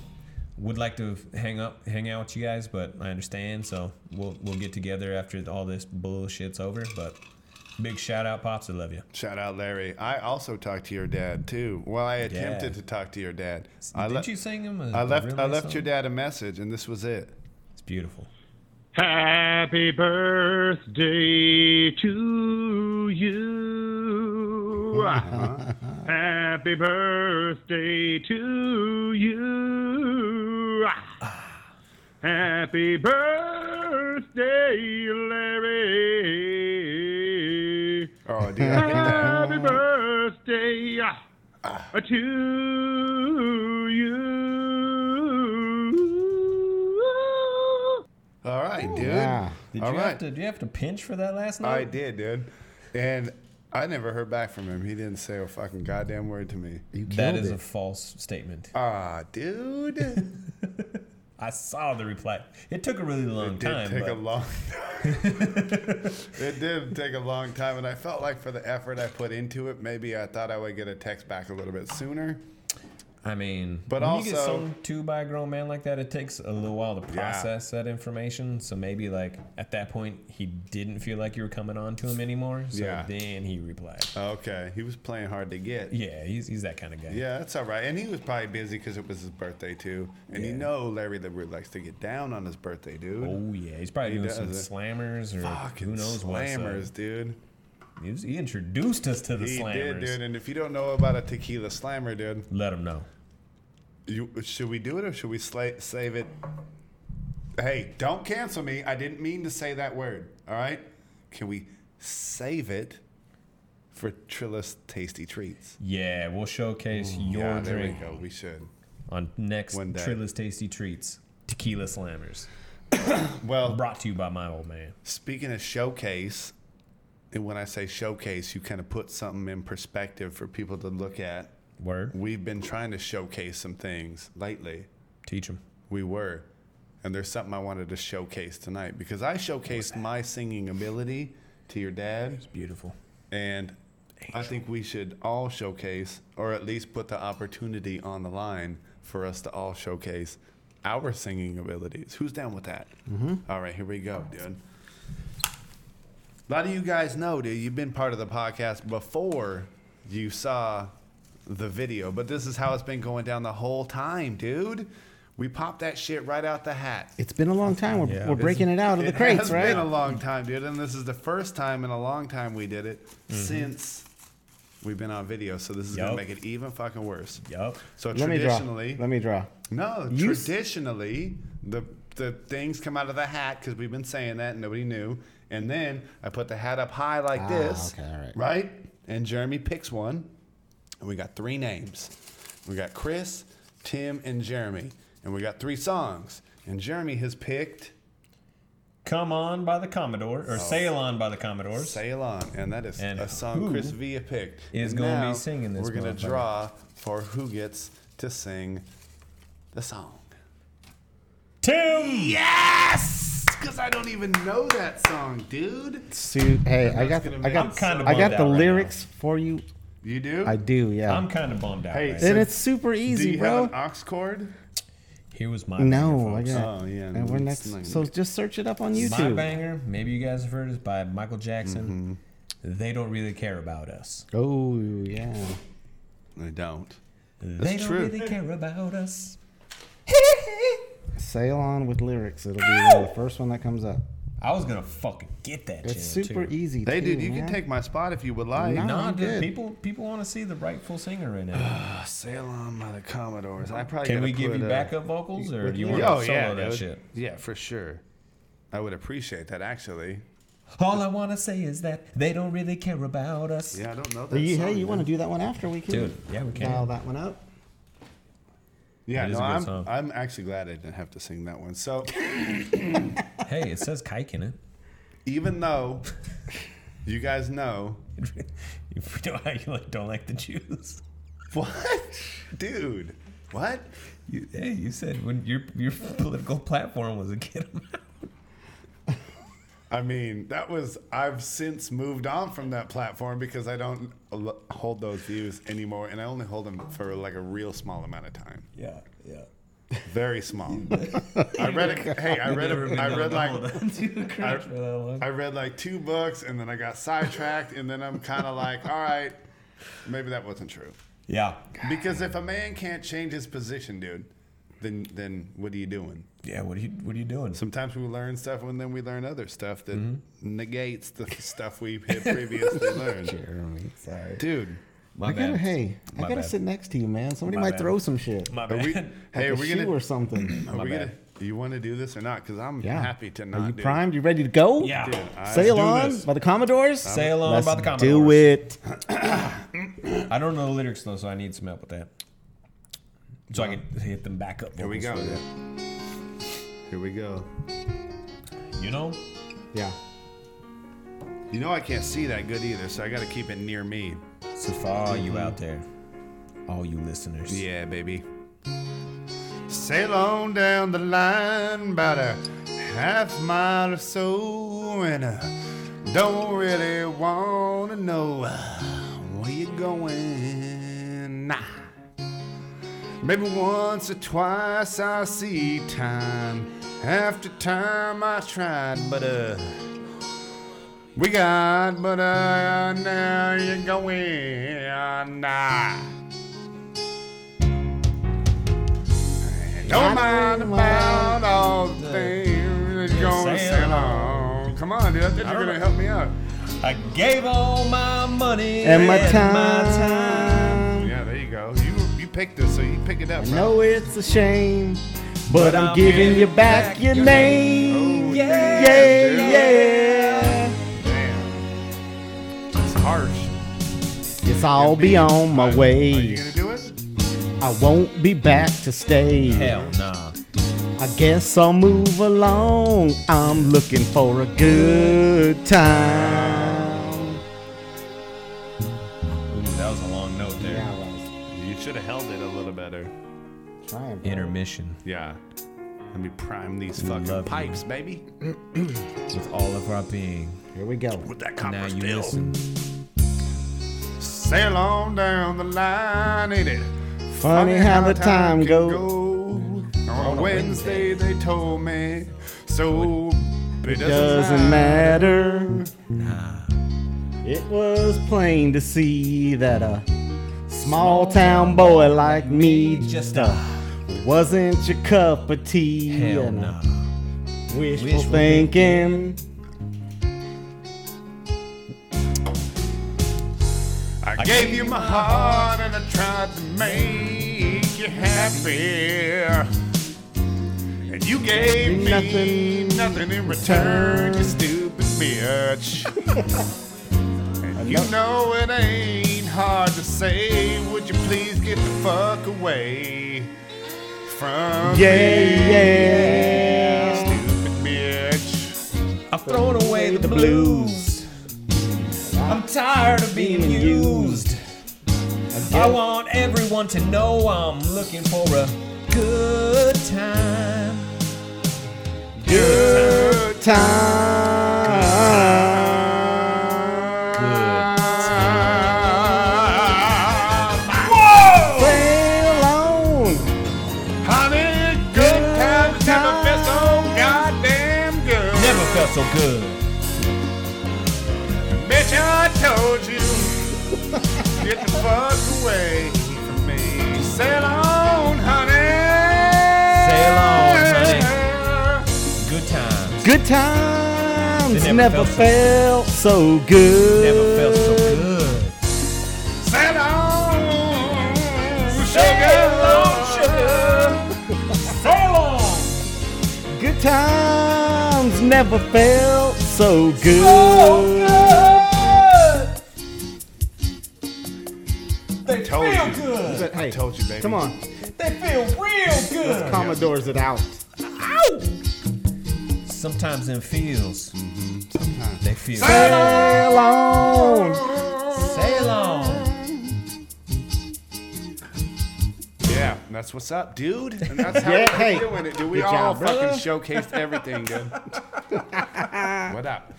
A: would like to hang up, hang out with you guys, but I understand. So we'll we'll get together after all this bullshit's over. But big shout out, pops. I love you.
C: Shout out, Larry. I also talked to your dad too. Well, I attempted
A: Yeah.
C: to talk to your dad. I
A: Did
C: le-
A: you sing him? a-
C: I
A: a
C: left.
A: real
C: I
A: nice
C: left your
A: song?
C: dad a message, and this was it.
A: It's beautiful.
F: Happy birthday to you. Happy birthday to you. Happy birthday, Larry.
C: Oh, dude, I hate that.
F: Happy birthday to you.
C: All right, dude.
D: yeah.
A: Did
C: All
A: you
C: right.
A: have to? Did you have to pinch for that last night?
C: I did, dude. And I never heard back from him. He didn't say a fucking goddamn word to me.
D: You killed
A: That is
D: it.
A: a false statement.
C: Ah, dude. It
A: I saw the reply. It took a really long
C: did
A: time.
C: take a
A: but
C: long It did take a long time and I felt like for the effort I put into it, maybe I thought I would get a text back a little bit sooner.
A: I mean,
C: But
A: when you get
C: also-
A: sung to by a grown man like that, it takes a little while to process that information. So maybe like at that point, he didn't feel like you were coming on to him anymore. So
C: Yeah.
A: then he replied.
C: Okay. He was playing hard to get.
A: Yeah, he's he's that kind of guy.
C: Yeah, that's all right. And he was probably busy because it was his birthday too. And you
A: Yeah.
C: know Larry the Root likes to get down on his birthday, dude.
A: Oh yeah, he's probably
C: He
A: doing some
C: does it.
A: slammers or
C: Fucking
A: who knows
C: slammers,
A: what.
C: dude.
A: So he, was- he introduced us to the
C: He
A: slammers.
C: did, dude. And if you don't know about a tequila slammer, dude,
A: Let him know.
C: you, should we do it or should we sla- save it? Hey, don't cancel me. I didn't mean to say that word. All right? Can we save it for Trilla's Tasty Treats?
A: Yeah, we'll showcase your
C: yeah, there we
A: drink
C: go. We should.
A: on next
C: One day.
A: Trilla's Tasty Treats Tequila Slammers.
C: Well,
A: Brought to you by my old man.
C: Speaking of showcase, and when I say showcase, you kind of put something in perspective for people to look at.
A: Word.
C: We've been trying to showcase some things lately.
A: Teach him.
C: We were. And there's something I wanted to showcase tonight because I showcased my singing ability to your dad.
A: Beautiful.
C: And I think we should all showcase, or at least put the opportunity on the line for us to all showcase our singing abilities. Who's down with that? All right, here we go, dude. A lot of you guys know, dude, you've been part of the podcast before you saw the video, but this is how it's been going down the whole time, dude. We popped that shit right out the hat.
D: It's been a long time. We're,
A: Yeah.
D: we're breaking it out of the crates,
C: has
D: right?
C: been a long time, dude, and this is the first time in a long time we did it
D: Mm-hmm.
C: since we've been on video. So this is gonna
A: Yup.
C: make it even fucking worse.
A: Yup.
C: So
D: Let me draw.
C: traditionally,
D: Let me draw.
C: no,
D: You s-
C: traditionally the the things come out of the hat because we've been saying that and nobody knew. And then I put the hat up high like
D: Ah,
C: this,
D: okay, all right.
C: right? And Jeremy picks one, and we got three names. We got Chris, Tim, and Jeremy, and we got three songs. And Jeremy has picked
A: Come on by the Commodore
C: Oh.
A: or Sail on by the Commodores.
C: Ceylon, and that is
A: And
C: a song
A: who
C: Chris Villa picked.
A: is
C: And
A: gonna be
C: now
A: singing this
C: We're gonna
A: motherfucker?
C: draw for who gets to sing the song.
A: Tim.
C: Yes, because I don't even know that song, dude.
D: Suit. Hey, I got.
C: gonna
D: The, I
C: make
D: got.
A: I'm kinda
D: I got
A: bummed
D: the
A: out right
D: lyrics for you.
C: You do?
D: I do. Yeah.
A: I'm kind of bummed out.
C: Hey,
A: right
C: so-
A: now.
D: and it's super
C: do
D: easy,
C: you
D: bro.
C: have an ox chord?
A: Here was my
D: no, I
A: banger, folks.
D: got.
C: Oh, yeah,
D: And we're
C: it's
D: next.
C: not-
D: So just search it up on
A: my
D: YouTube.
A: banger. Maybe you guys have heard is by Michael Jackson.
C: Mm-hmm.
A: They don't really care about us.
D: Oh yeah.
C: I don't.
A: they don't
C: true.
A: really care about us.
D: Sail on with lyrics. It'll be one of the first one that comes up.
A: I was gonna fucking get that.
D: It's
A: jam,
D: super
A: too.
D: easy.
C: Hey, dude,
D: too,
C: you
D: man.
C: can take my spot if you would like.
D: No.
A: Nah,
D: I'm
A: dude.
D: good.
A: People people want to see the rightful singer right now.
C: Ceylon by the Commodores. I probably
A: Can
C: gotta
A: we give
C: put uh,
A: you
C: a-
A: backup vocals or do you
C: Yeah.
A: want to
C: Oh,
A: solo
C: yeah,
A: that
C: dude.
A: shit?
C: Yeah, for sure. I would appreciate that actually.
A: All I want to say is that they don't really care about us.
C: Yeah, I don't know that
D: Hey, you,
C: song.
D: hey, you want to
C: man.
D: do that one after we can?
A: Dude, yeah, we can.
D: Dial that one up.
C: Yeah,
A: It is
C: no,
A: a good
C: I'm,
A: song.
C: I'm actually glad I didn't have to sing that one. So
A: Hey, it says kike in it.
C: even though you guys know
A: you know how you like, don't like the Jews.
C: what, dude, what?
A: You, hey, you said when your your political platform was to get them out.
C: I mean, that was I've since moved on from that platform because I don't al- hold those views anymore, and I only hold them for like a real small amount of time,
A: Yeah, yeah.
C: very small. I read it. Hey, I read. A, I read like. I, I read like two books, and then I got sidetracked, and then I'm kind of like, all right, maybe that wasn't true.
A: yeah,
C: Because if a man can't change his position, dude, then then what are you doing?
A: yeah. What are you What are you doing?
C: Sometimes we learn stuff, and then we learn other stuff that
D: Mm-hmm.
C: negates the stuff we had previously learned.
D: Jeremy, sorry.
C: Dude,
A: My
D: I gotta,
A: bad.
D: hey, I
A: My
D: gotta
A: bad.
D: sit next to you, man. Somebody
A: My
D: might
A: bad.
D: throw some shit.
A: My
C: are
A: bad.
C: we? Hey, are
D: like a
C: we
D: shoe
C: gonna?
D: or something.
C: Are we
A: bad.
C: gonna? You want to do this or not? Because I'm
D: Yeah.
C: happy to not.
D: Are you
C: dude.
D: primed? You ready to go?
A: yeah.
C: Dude, I-
D: Sail
C: let's do
D: on
C: this.
D: by the Commodores.
A: Sail on
D: Let's
A: by the Commodores.
D: Do it.
A: I don't know the lyrics though, so I need some help with that. So I can hit them back up.
C: Here we go.
A: vocals.
C: Here we go.
A: You know,
D: Yeah.
C: You know I can't see that good either, so I got to keep it near me.
A: so for all you out there, all you listeners,
C: Yeah, baby. Sail on down the line, about a half mile or so, and I don't really want to know uh, where you're going. Nah. Maybe once or twice I see time. After time I tried, but uh, we got, but uh, now you're going. Nah. Don't mind about all the things that's going to
A: sail
C: sail on. Come on, dude. I think you're
A: don't
C: going to
A: know.
C: help me out.
A: I gave all my money
D: And my
A: time.
D: time.
C: Yeah, there you go. You you picked this, so you pick it up.
D: I
C: bro.
D: know it's a shame, but, I'm,
A: I'm
D: giving
A: giving
D: you back your name.
C: Oh,
D: yeah,
C: damn,
D: yeah.
C: Damn. It's harsh.
D: Yes, I'll be on my
C: Are you
D: way.
C: going to do it?
D: I won't be back to stay.
A: Hell nah.
D: I guess I'll move along. I'm looking for a good time.
A: Ooh, that was a long note there.
D: Yeah, I
C: You should have held it a little better.
D: was trying. bro.
A: Intermission
C: Yeah. Let me prime these fucking
A: love you.
C: pipes, baby.
A: with all of our being.
D: Here we go.
C: With that
A: now
C: copper
A: you
C: still.
A: listen.
C: Sail on down the line, ain't it?
D: Funny how the time
C: can
D: goes.
C: go. On a Wednesday, they told me. So it doesn't,
D: Doesn't matter. It was plain to see that a small town boy like me just a Wasn't your cup of tea?
A: Hell
D: and
A: no.
D: Wishful,
A: Wishful
D: thinking.
C: I gave you my heart and I tried to make you happy. And you gave me
D: Nothing
C: nothing, in return, you stupid bitch. and you know it ain't hard to say, would you please get the fuck away from me?
D: Yeah, yeah.
C: Stupid bitch.
A: I'm throwing away the blues. I'm tired of being used. I want everyone to know I'm looking for a good time.
D: Good time. Sail on.
C: Honey, good times never felt so goddamn good.
A: Never felt so good.
C: Bitch, I told you. Get the fuck away from me. Sail on, honey.
A: Sail on,
C: honey.
A: Good times.
D: Good times
A: They
D: never,
A: never
D: felt, so, good.
A: Never felt so good.
C: Sail on,
A: sugar. Sail on.
D: Good times never felt so good.
A: They
C: Told
A: feel
C: you.
A: good.
D: But, hey,
C: I told you, baby.
D: Come on,
A: They feel real good.
D: Commodores it out.
A: Sometimes in feels.
C: Mm-hmm.
A: They feel.
D: Sail on.
A: Sail on.
C: Yeah, that's what's up, dude. And that's how
D: Yeah,
C: we're
D: hey.
C: doing it, dude. We
D: Good
C: all
D: job, brother.
C: fucking showcased everything, dude. what up?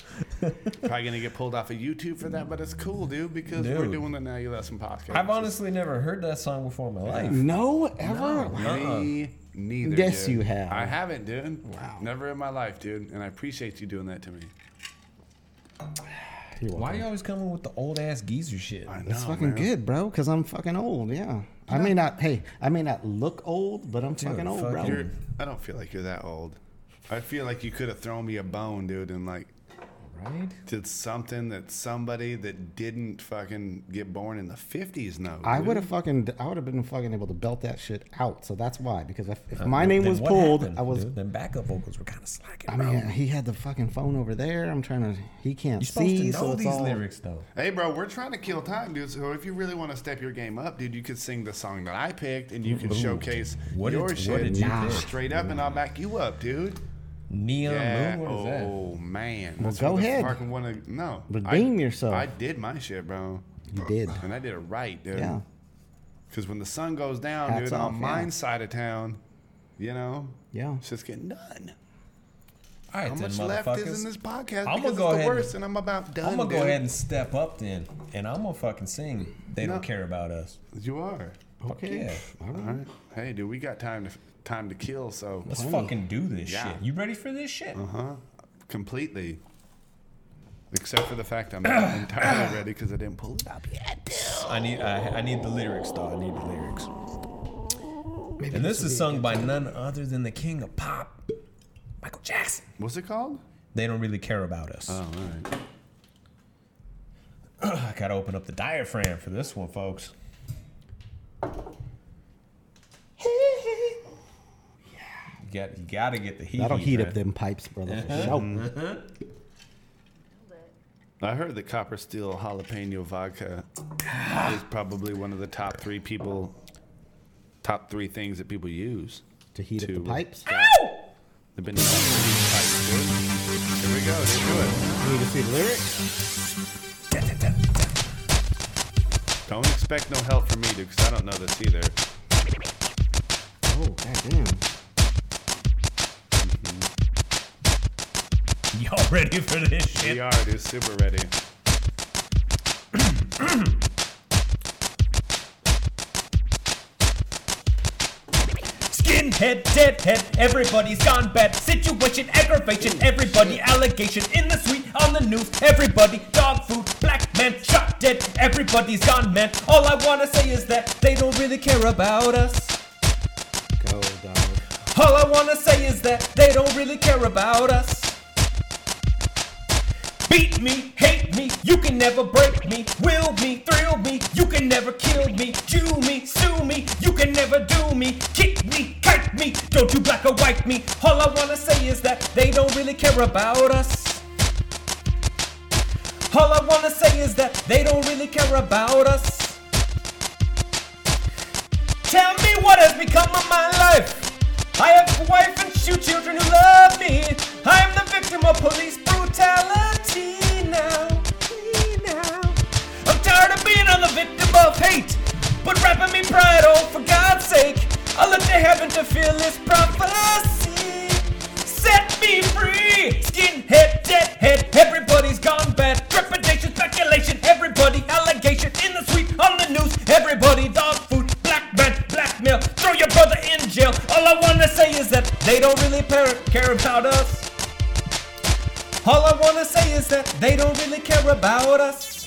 C: Probably gonna get pulled off of YouTube for that, but it's cool, dude, because we're
A: Dude.
C: doing the Now You Listen podcast.
A: I've honestly never heard that song before in my life.
D: No, ever?
C: Me neither.
D: Uh-uh. Yes,
C: dude.
D: you have.
C: I haven't, dude. Wow. Never in my life, dude. And I appreciate you doing that to me.
A: Why are you always coming with the old ass geezer shit?
C: I know.
D: That's fucking
C: man.
D: good, bro, because I'm fucking old, yeah. I may not, hey, I may not look old, but I'm fucking old,
A: fuck
D: bro.
A: you.
C: You're, I don't feel like you're that old. I feel like you could have thrown me a bone, dude, and like
A: Right?
C: did something that somebody that didn't fucking get born in the 50s knows.
D: I
C: dude.
D: would have fucking, I would have been fucking able to belt that shit out. So that's why, because if, if my
A: Well,
D: name
A: Uh, then
D: was
A: what
D: pulled,
A: happened,
D: I was,
A: dude? Then backup vocals were kind of slacking.
D: I
A: bro.
D: mean, he had the fucking phone over there. I'm trying to, he can't
A: You're supposed
D: see,
A: to know
D: so it's
A: these
D: all.
A: lyrics though.
C: Hey, bro, we're trying to kill time, dude. So if you really want to step your game up, dude, you could sing the song that I picked, and you can showcase
A: What
C: your
A: did-
C: shit
A: what did you pick?
C: straight up, and I'll back you up, dude.
A: Neon
C: Yeah.
A: Moon. What is that?
C: oh man. That's
D: go
C: what the
D: ahead.
C: Fucking wanna, no.
D: Redeem
C: I,
D: yourself.
C: I did my shit, bro,
D: You did.
C: and I did it right, dude.
D: Yeah.
C: Because when the sun goes down,
D: Hats
C: dude,
D: off,
C: on
D: yeah.
C: mine side of town, you know,
D: Yeah.
C: it's just getting done.
A: All right,
C: How
A: then,
C: much left
A: motherfuckers.
C: is in this podcast?
A: I'ma
C: because
A: go ahead
C: it's the
A: and-
C: worst, and I'm about done.
A: I'm gonna go
C: dude.
A: ahead and step up then, and I'm gonna fucking sing. They
C: No.
A: don't care about us.
C: You are.
D: Okay.
A: Yeah,
C: All right. Hey, dude, we got time to time to kill. So
A: let's fucking do this
C: Yeah. Uh-huh.
A: shit. You ready for this shit?
C: completely. Except for the fact I'm not entirely ready because I didn't pull it up yet.
A: I need I, I need the lyrics though. I need the lyrics. and this is sung by none other than the king of pop, Michael Jackson.
C: What's it called?
A: They don't really care about us.
D: Uh.
C: all right.
A: I gotta open up the diaphragm for this one, folks. You got you gotta get the heat.
D: That'll heat up
A: man.
D: them pipes, brother. for sure.
C: I heard that Copper Steel Jalapeno Vodka is probably one of the top three people, top three things that people use.
D: To heat up the
C: To-
D: pipes.
C: They've been Here we go. Let's do it.
D: Need to see the lyrics.
C: Don't expect no help from me, dude, because I don't know this either.
D: Oh, goddamn.
A: Y'all ready for this shit?
C: We are, dude. Super ready.
G: Skinhead, deadhead, everybody's gone bad. Situation, aggravation, everybody, allegation in the street, on the news, everybody, dog food, black man, shot dead, everybody's gone man. All I wanna say is that they don't really care about us.
D: Go.
A: All I wanna say is that they don't really care about us. Beat me, hate me, you can never break me. Will me, thrill me, you can never kill me. Chew me, sue me, you can never do me. Kick me, kite me, don't you black or white me. All I wanna say is that they don't really care about us. All I wanna say is that they don't really care about us. Tell me what has become of my life. I have a wife and two children who love me. I'm the victim of police brutality now. now. I'm tired of being on the victim of hate. But wrapping me pride, oh, for God's sake. I look to heaven to feel this prophecy. Set me free. Skinhead, deadhead, everybody's gone bad. Trepidation, speculation, everybody, allegation. In the street, on the news, everybody, dog food, black man, blackmail. Throw your brother in jail. All I wanna say is that they don't really par- care about us. All I wanna say is that they don't really care about us.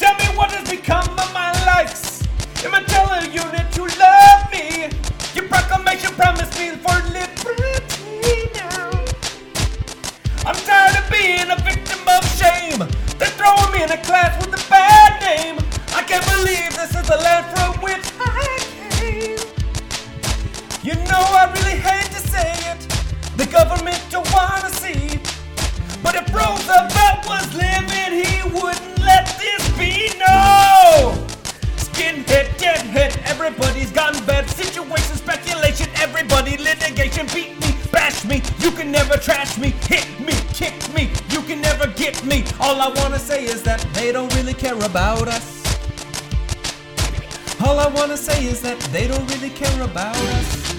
A: Tell me what has become of my likes. Am I telling you that you love me? Your proclamation promised me for liberty now. I'm tired of being a victim of shame. They're throwing me in a class with a bad name. I can't believe this is the land from which I came. You know I really hate to say it. The government don't wanna see. But if Roosevelt was living, he wouldn't let this be. No! Skinhead, deadhead, everybody's gone bad. Situation, speculation, everybody, litigation. Beat me, bash me, you can never trash me. Hit me, kick me, you can never get me. All I wanna say is that they don't really care about us. All I wanna say is that they don't really care about us.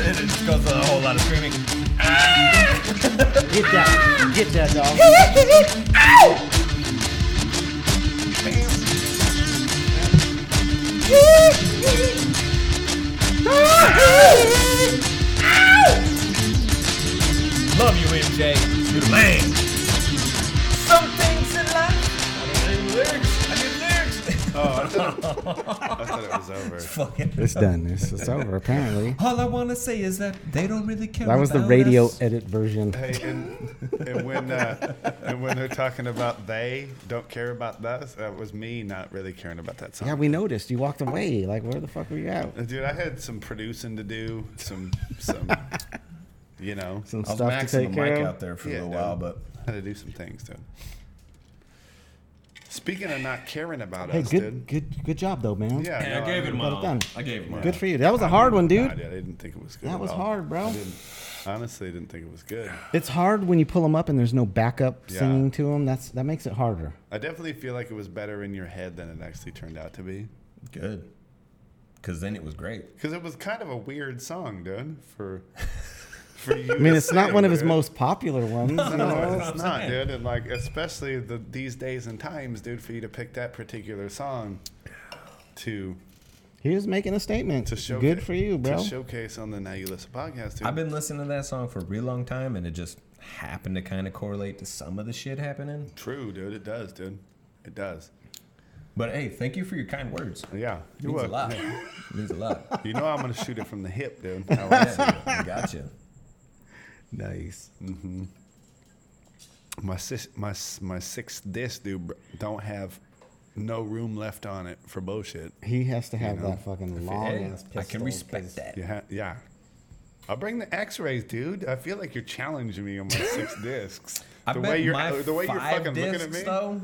B: it just goes a whole lot of screaming.
D: Get that. Get that, dog.
B: Love you, MJ. You're the man.
A: Some things in life.
C: I thought it was over.
A: Fucking.
D: It's done. It's, it's over, apparently.
A: All I wanna say is that they don't really care.
D: That was the
A: about
D: radio
A: us.
D: edit version.
C: Hey, and, and when uh, and when they're talking about they don't care about us, that was me not really caring about that song.
D: Yeah, we noticed. You walked away. Like, where the fuck were you at?
C: Dude, I had some producing to do, some some, you know,
D: Some
B: I was
D: stuff to
B: maxing the
D: take
B: mic
D: care
B: out
D: of.
B: there for a
C: Yeah,
B: little
C: no.
B: while, but
C: I had to do some things, dude. Speaking of not caring about
D: Hey,
C: us, dude.
D: good, good, good job though, man.
C: Yeah,
B: Hey,
C: no,
B: I gave it
C: mean,
D: got it
B: my all.
D: done.
B: I gave it my
D: Good
B: all.
D: for you. That was a hard one,
C: I
D: dude.
C: didn't think it was good.
D: That
C: at
D: was
C: all.
D: hard, bro.
C: I didn't, honestly, I didn't think it was good.
D: It's hard when you pull them up and there's no backup
C: Yeah.
D: singing to them. That's that makes it harder.
C: I definitely feel like it was better in your head than it actually turned out to be.
B: Good. Because then it was great.
C: Because it was kind of a weird song, dude. For for you.
D: I mean, it's not one of his most popular ones. you know?
C: No, it's not, dude. And like, especially the, these days and times, dude, for you to pick that particular song to
D: He was making a statement.
C: to showcase.
D: Good for you, bro.
C: To showcase on the Now You Listen podcast, dude.
B: I've been listening to that song for a real long time, and it just happened to kind of correlate to some of the shit happening.
C: True, dude. It does, dude. It does.
B: But hey, thank you for your kind words. It
C: Yeah. You're
B: means a
C: welcome.
B: lot.
C: Yeah.
B: It means a lot.
C: You know I'm gonna shoot it from the hip, dude. I always say it.
B: Yeah, gotcha.
D: Nice.
C: my sis, my s- my sixth disc, dude, br- don't have no room left on it for bullshit.
D: He has to have
C: know,
D: that fucking long
B: Hey,
D: ass pistol.
B: I can
D: 'cause
B: respect that.
C: Yeah, yeah. I'll bring the X-rays, dude. I feel like you're challenging me on my six discs.
B: I
C: the
B: bet
C: way you're
B: my
C: the way you're
B: five
C: fucking
B: discs,
C: looking at me.
B: though,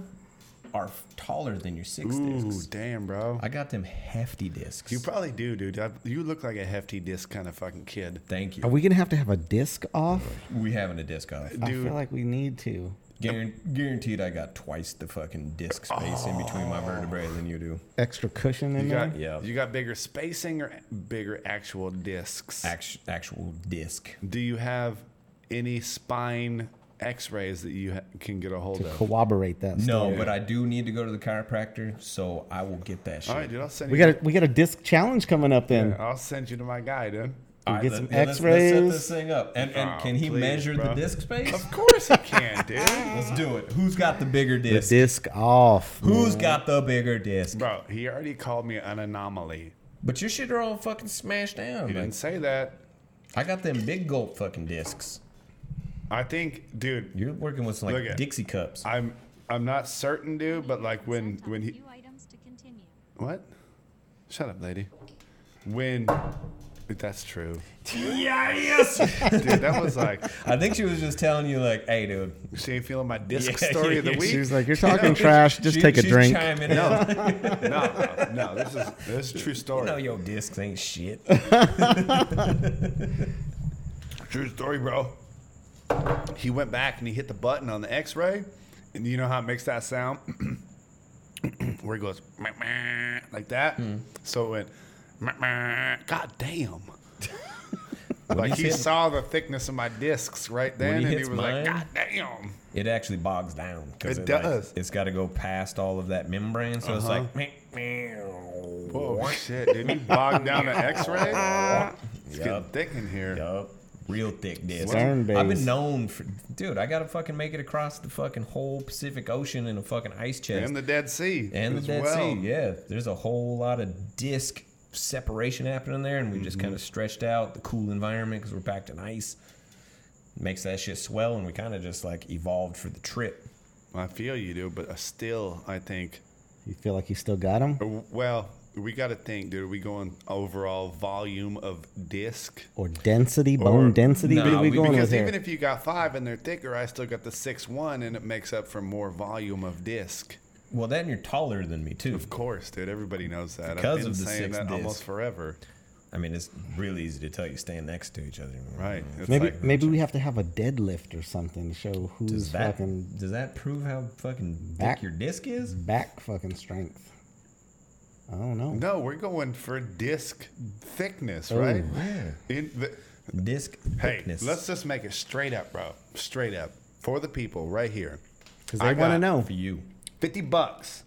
B: are f- taller than your six
C: Ooh,
B: discs.
C: damn, bro.
B: I got them hefty discs.
C: you probably do, dude. I, you look like a hefty disc kind of fucking kid,
B: Thank
D: Are
B: you.
D: we gonna have to have a disc off?
B: We having a disc off.
D: I
C: dude.
D: feel like we need to.
B: Guaran- guaranteed, I got twice the fucking disc space in between my vertebrae than you do.
D: Extra cushion in
C: you
D: there.
C: got
B: Yeah.
C: you got bigger spacing or bigger actual discs.
B: Act- actual disc.
C: do you have any spine X-rays that you ha- can get a hold of?
D: Corroborate that.
B: No,
D: story.
B: but I do need to go to the chiropractor, so I will get that shit.
C: All right, dude. I'll send
D: we
C: you.
D: got a, we got a disc challenge coming up then.
C: I'll send you to my guy, dude.
A: All right,
D: get
A: let-
D: some
A: yeah, let's- let's set
D: X-rays.
A: this thing up. And, and
C: Oh,
A: can he
C: please,
A: measure the
C: bro.
A: disk space?
C: Of course he can, dude.
A: Let's do it. Who's got the bigger
D: The
A: disk?
D: disc off.
A: Who's got the bigger disk?
C: Bro, he already called me an anomaly.
A: But your shit are all fucking smashed down.
C: He
A: man.
C: didn't say that.
A: I got them big gulp fucking discs.
C: I think, dude,
A: You're working with some,
C: Look
A: like
C: at-
A: Dixie cups.
C: I'm I'm not certain, dude, but like when when he
H: Few items to continue.
C: what? Shut up, lady. When that's true,
A: yes.
C: dude. That was like
A: I think she was just telling you like, hey, dude.
C: she ain't feeling my disc
A: Yeah,
C: story of the
A: yeah,
C: week.
D: She was like, "You're talking trash. Just
A: She-
D: take a
A: she's
D: drink."
A: Chiming in.
C: no, no, no. This is this is true story.
A: No, your discs ain't shit.
C: True story, bro. He went back and he hit the button on the X-ray, and you know how it makes that sound, where it goes "Meh, meh," like that.
A: Hmm.
C: So it went. "Meh, meh." God damn. like
A: he's
C: he
A: hitting-
C: saw the thickness of my discs right
A: he
C: then, and he
A: hits
C: was
A: mine-
C: like, "God damn!"
A: It actually bogs down. 'cause
C: It
A: like,
C: does. Uh-huh.
A: it's got to go past all of that membrane, so it's like, meh, meh.
C: Whoa, shit! Did he bog down the X-ray? It's getting
A: Yup.
C: thick in here.
A: yup, real thick disc.
D: Stern
A: I've been
D: base.
A: known for, dude. I gotta fucking make it across the fucking whole Pacific Ocean in a fucking ice chest.
C: And the Dead Sea.
A: and the
C: as
A: Dead
C: well.
A: Sea. Yeah, there's a whole lot of disc separation happening there, and we just
C: Mm-hmm.
A: kind of stretched out the cool environment because we're packed in ice. Makes that shit swell, and we kind of just like evolved for the trip.
C: I feel you, dude, but I still, I think
D: You feel like you still got him,
C: Well, we got to think, dude. Are we going overall volume of disc?
D: or density, bone density? what
A: Nah,
D: are we
A: we-
D: going with
C: Because
D: here?
C: even if you got five and they're thicker, I still got the six one, and it makes up for more volume of disc.
A: Well, then you're taller than me too.
C: Of course, dude. Everybody knows that.
A: Because
C: I've been
A: of the
C: saying
A: six
C: that
A: disc.
C: almost forever.
A: I mean, it's really easy to tell you stand next to each other.
C: Right. It's
D: maybe
C: like-
D: maybe we have to have a deadlift or something to show who's
A: Does that
D: fucking
A: does that prove how fucking thick
D: Back-
A: your disc is?
D: back fucking strength. I don't know.
C: No, we're going for disc thickness,
D: Oh,
C: right?
A: yeah.
C: In the,
A: Disc
C: hey,
A: thickness.
C: let's just make it straight up, bro. Straight up for the people right here.
D: Because
C: I
D: they want
C: got-
D: to know.
A: for you.
C: 50 bucks.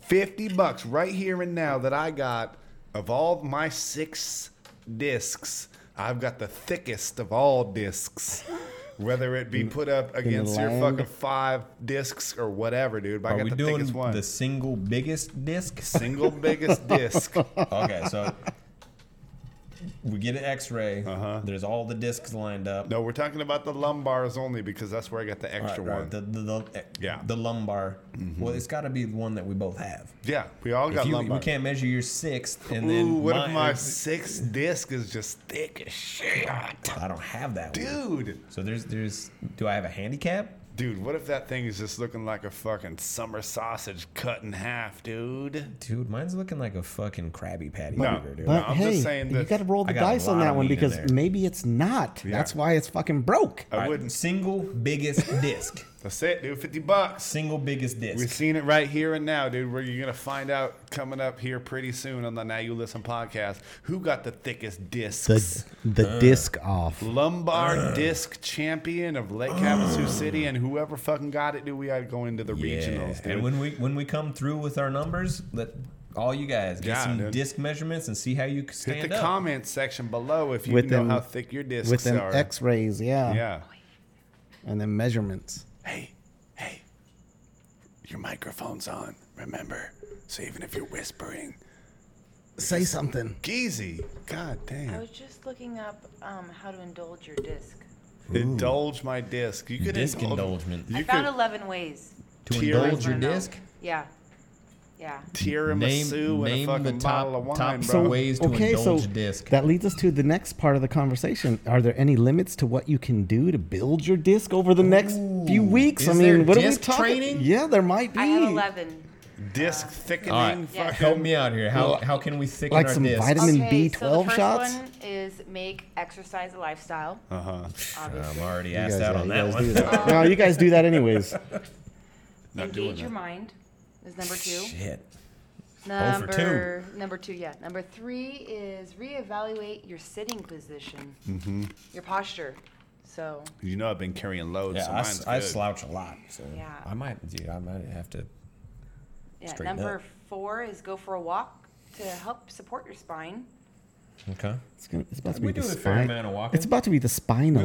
C: 50 bucks right here and now that I got of all my six discs. I've got the thickest of all discs. Whether it be put up against your
D: land.
C: fucking five discs or whatever, dude. But I
A: Are
C: got
A: we
C: the
A: doing
C: thickest one.
A: the single biggest disc?
C: single biggest disc.
A: Okay, so we get an X-ray. There's all the discs lined up.
C: Uh-huh. No, we're talking about the lumbars only because that's where I got the
A: All right,
C: extra
A: all
C: one.
A: right, The, the, the,
C: Yeah.
A: the lumbar. Well, it's got to be the one that we both have.
C: yeah, we all
A: If
C: got
A: you,
C: lumbar.
A: we can't measure your sixth, and then
C: Ooh, what if
A: mine-
C: my sixth disc is just thick as shit?
A: I don't have that one.
C: Dude.
A: So there's there's. Do I have a handicap?
C: Dude, what if that thing is just looking like a fucking summer sausage cut in half, dude?
A: Dude, mine's looking like a fucking Krabby Patty.
C: No.
A: burger, dude.
D: But
C: I'm
D: hey,
C: just saying
D: you
C: that
D: got to roll
A: I
D: the
A: got a
D: dice on
A: lot
D: that
A: of
D: one
A: meat in
D: because
A: there.
D: maybe it's not.
C: Yeah.
D: That's why it's fucking broke.
C: I
A: All right,
C: wouldn't.
A: Single biggest disc.
C: That's it, dude. 50 bucks.
A: Single biggest
C: We've
A: disc.
C: seen it right here and now, dude. Where you're going to find out coming up here pretty soon on the Now You Listen podcast who got the thickest discs.
D: The the disc off.
C: Lumbar disc champion of Lake Havasu City, and whoever fucking got it, dude, we had to go into the
A: Yeah.
C: regionals, dude.
A: And when we when we come through with our numbers, let all you guys get
C: Yeah,
A: some
C: dude.
A: disc measurements and see how you stand
C: Hit the
A: up.
C: comment section below if you
D: With
C: know
D: an-
C: how thick your discs
D: With them
C: are.
D: X-rays, yeah,
C: yeah.
D: and then measurements.
C: Hey, hey, your microphone's on, remember? So even if you're whispering,
D: Say something.
C: Geezy, god
E: I
C: damn.
E: was just looking up um, how to indulge your disc.
C: Indulge my disc. You could
A: Disc
C: indulge-
A: indulgement.
E: I
C: You
E: found
C: could
E: 11 ways.
A: To
C: Tier-
A: indulge your
E: Right now.
A: disc.
E: Yeah. Yeah.
C: tiramisu and a fucking bottle of wine, bro.
A: top ways to indulge disc.
D: that leads us to the next part of the conversation. Are there any limits to what you can do to build your disc over the next
A: Ooh,
D: few weeks? I
A: is
D: mean,
A: there
D: what
A: disc
D: are we talking?
A: training?
D: Yeah, there might be.
E: I have 11.
C: disc thickening.
A: All right,
E: Yeah.
C: fucking-
A: help me out here. How how can we thicken
D: Like
A: our
D: some
A: disc?
D: vitamin- Vitamin
E: okay, so the
D: B12
E: first
D: shots?
E: one is make exercise a lifestyle. Uh-huh.
A: I'm
E: Obviously.
A: already
D: You guys,
A: asked out
D: yeah,
A: on
D: you
A: that
D: guys
A: one.
D: do that. no, you guys do that anyways.
C: doing
E: Engage your mind is number two.
A: Shit. for two.
E: Number number two, yeah. Number three is reevaluate your sitting position,
A: Mm-hmm.
E: your posture. So
C: You know I've been carrying loads.
A: Yeah,
C: so
A: I,
C: mine's
A: s- I
C: good.
A: slouch a lot. So
E: Yeah.
A: I might, dude. I might have to.
E: yeah.
A: Straighten
E: number
A: up.
E: four is go for a walk to help support your spine.
A: Okay.
D: It's, gonna, it's about to be
A: We
D: the
A: do a fair
D: spine.
A: amount of walking.
D: It's about to be the spine
A: walk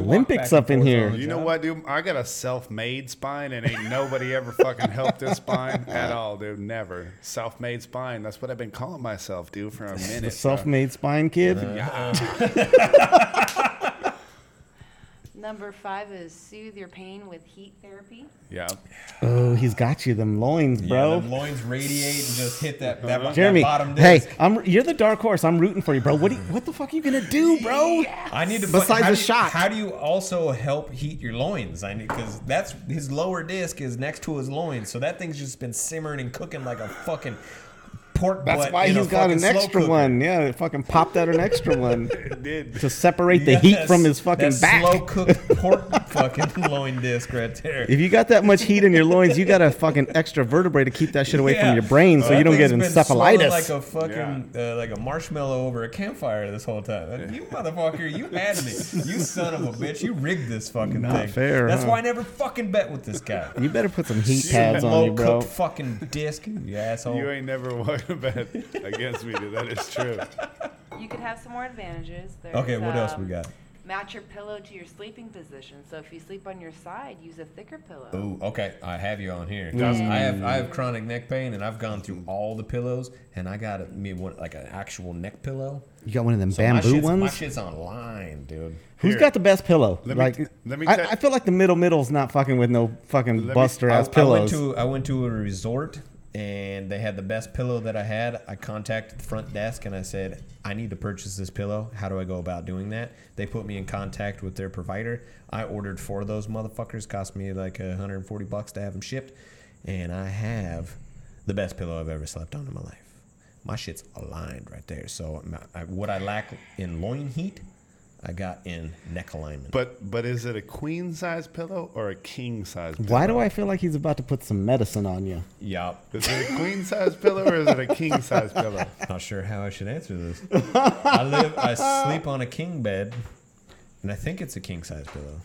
A: back
D: Olympics
A: and
D: up in
A: forth on
D: here.
A: the
C: You know what, dude? I got a self-made spine, and ain't nobody ever fucking helped this spine at all, dude. Never. Self-made spine. That's what I've been calling myself, dude, for a minute.
D: The
C: bro.
D: self-made spine kid.
E: Number five is soothe your pain with heat therapy.
C: Yeah.
D: Oh, he's got you, them loins, bro.
A: Yeah, the loins radiate and just hit that, that, that
C: Uh-huh.
D: Jeremy,
A: bottom
D: hey,
A: disc.
D: I'm you're the dark horse. I'm rooting for you, bro. What do you, what the fuck are you gonna do, bro?
A: I need to.
D: Besides
A: how
D: the
A: do you-
D: shot.
A: how do you also help heat your loins? I need because that's his lower disc is next to his loins, so that thing's just been simmering and cooking like a fucking pork
D: That's
A: butt.
D: why
A: in a
D: he's got
A: fucking
D: an
A: slow
D: extra
A: cooker.
D: one. Yeah, it fucking popped out an extra one
C: Did
D: to separate the heat from his fucking
A: that
D: back.
A: Slow cooked pork fucking loin disc right there.
D: If you got that much heat in your loins, you got a fucking extra vertebrae to keep that shit away
A: Yeah. Oh,
D: from your brain, so
A: That
D: you don't get
A: thing's been swallowing
D: encephalitis.
A: Like a fucking uh, like a marshmallow over a campfire this whole time. You motherfucker, you had me. You son of a bitch, you rigged this fucking
D: Not
A: thing.
D: fair,
A: That's
D: huh?
A: why I never fucking bet with this guy.
D: you better put some heat
A: You
D: pads on you,
A: low-cooked
D: bro.
A: oh, fucking disc, you asshole.
C: you ain't never won a bet against me, dude. That is true.
E: You could have some more advantages. There's,
A: okay, what else we
E: um,
A: got?
E: Match your pillow to your sleeping position. So if you sleep on your side, use a thicker pillow.
A: Ooh, okay, I have you on here.
E: That's-
A: I have I
D: Mm.
A: have chronic neck pain, and I've gone through all the pillows, and I got a, me one like an actual neck pillow.
D: You got one of them
A: So my
D: bamboo
A: shit's, My
D: ones.
A: shit's online, dude.
D: Who's
C: Here.
D: got the best pillow?
C: Let me-
D: like,
C: let me
D: I-
C: tell-
D: I feel like the middle middle's not fucking with no fucking
C: me-
D: buster ass
C: I- I
A: I went
D: pillows.
A: to I went to a resort and they had the best pillow that I had. I contacted the front desk and I said, I need to purchase this pillow. How do I go about doing that? They put me in contact with their provider. I ordered four of those motherfuckers. Cost me like 140 bucks to have them shipped, and I have the best pillow I've ever slept on in my life. My shit's aligned right there. So my, I, what I lack in loin heat, I got in neck alignment.
C: But but is it a queen size pillow or a king size pillow?
D: Why do I feel like he's about to put some medicine on you?
A: yup.
C: Is it a queen size pillow or is it a king size pillow?
A: Not sure how I should answer this. I live, I sleep on a king bed, and I think it's a king size pillow.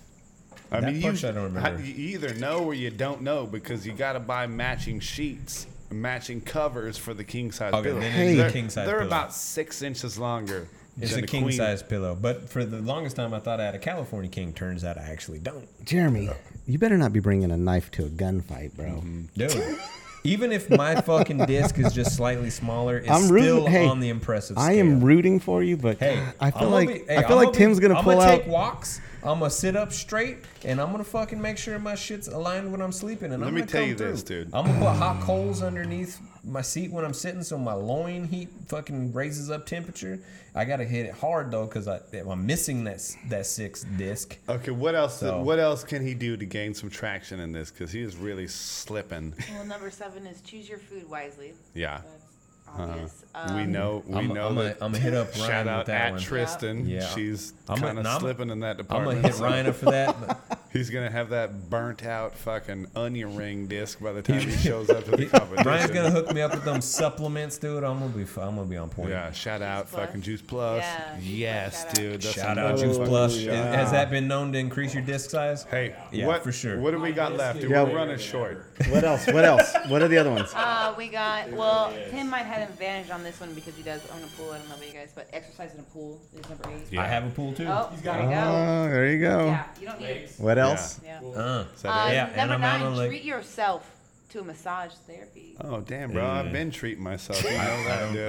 C: I
A: That
C: mean,
A: much
C: you,
A: I don't
C: how-
A: remember.
C: you either know or you don't know because you got to buy matching sheets, matching covers for the king size
A: Okay,
C: pillow.
A: then it is a
C: they're,
A: king-size
C: they're
A: pillow.
C: about six inches longer.
A: It's
C: than
A: a
C: the
A: king
C: queen.
A: size pillow, but for the longest time I thought I had a California king. Turns out I actually don't,
D: Jeremy, you better not be bringing a knife to a gunfight, bro.
A: Mm-hmm. dude. Even if my fucking disc is just slightly smaller, it's
D: I'm rooting.
A: still
D: hey,
A: on the impressive. Scale.
D: I am rooting for you, but
A: Hey,
D: I feel
A: I'm
D: like
A: gonna be- hey,
D: I
A: I'm
D: feel like
A: be-
D: Tim's gonna
A: I'm
D: pull
A: gonna
D: out.
A: take walks. I'm gonna sit up straight, and I'm gonna fucking make sure my shit's aligned when I'm sleeping. And
C: Let
A: I'm
C: me
A: gonna
C: tell
A: come
C: you this,
A: through.
C: dude.
A: I'm gonna put hot coals underneath my seat when I'm sitting, so my loin heat fucking raises up temperature. I gotta hit it hard though, cause I, if I'm missing that s- that sixth disc.
C: Okay, what else?
A: So-
C: What else can he do to gain some traction in this? Because he is really slipping.
E: Well, number seven is choose your food wisely.
C: Yeah.
E: That's
A: Uh-huh.
E: obvious.
C: we
E: Um,
C: know. We
A: I'm a-
C: know.
A: I'm a-
C: that-
A: I'm a hit up Ryan
C: Shout
A: with
C: out
A: that
C: at
A: one.
C: Tristan.
A: Yeah.
C: She's
A: I'm a-
C: kind
A: no,
C: of
A: I'm-
C: slipping in that
A: I'm
C: department.
A: gonna hit
C: so
A: Ryan up for that. but-
C: He's gonna have that burnt out fucking onion ring disc by the time he shows up to the competition.
A: Ryan's gonna hook me up with them supplements, dude. I'm gonna be f- I'm gonna be on point.
C: Yeah, shout out
E: Plus.
C: fucking Juice Plus.
E: Yeah, Juice
C: yes,
E: Plus, shout out.
C: dude. That's
A: Shout
C: another
A: out Juice
C: fucking
A: Plus.
C: shout
A: Is-
C: out.
A: Has that been known to increase your disc size?
C: Hey,
A: Yeah,
C: what,
A: for sure.
C: What do we got left? Dude,
D: Yeah.
C: we're running short.
D: What else? What else? What are the other ones?
E: Uh, we got, well, Tim might have an advantage on this one because he does own a pool. I don't know about you guys, but exercise in a pool is number eight.
A: I have a pool too.
E: Oh, there you go.
D: Oh, there you go.
E: yeah, you don't need it.
D: What else?
E: Yeah.
A: Uh,
C: Is that
E: Um,
C: it?
A: Yeah, and
E: number
A: I'm out
E: nine,
A: on, like-
E: treat yourself to a massage therapy.
C: Oh damn, bro! I've been treating myself. You know that,
A: don't-
C: dude.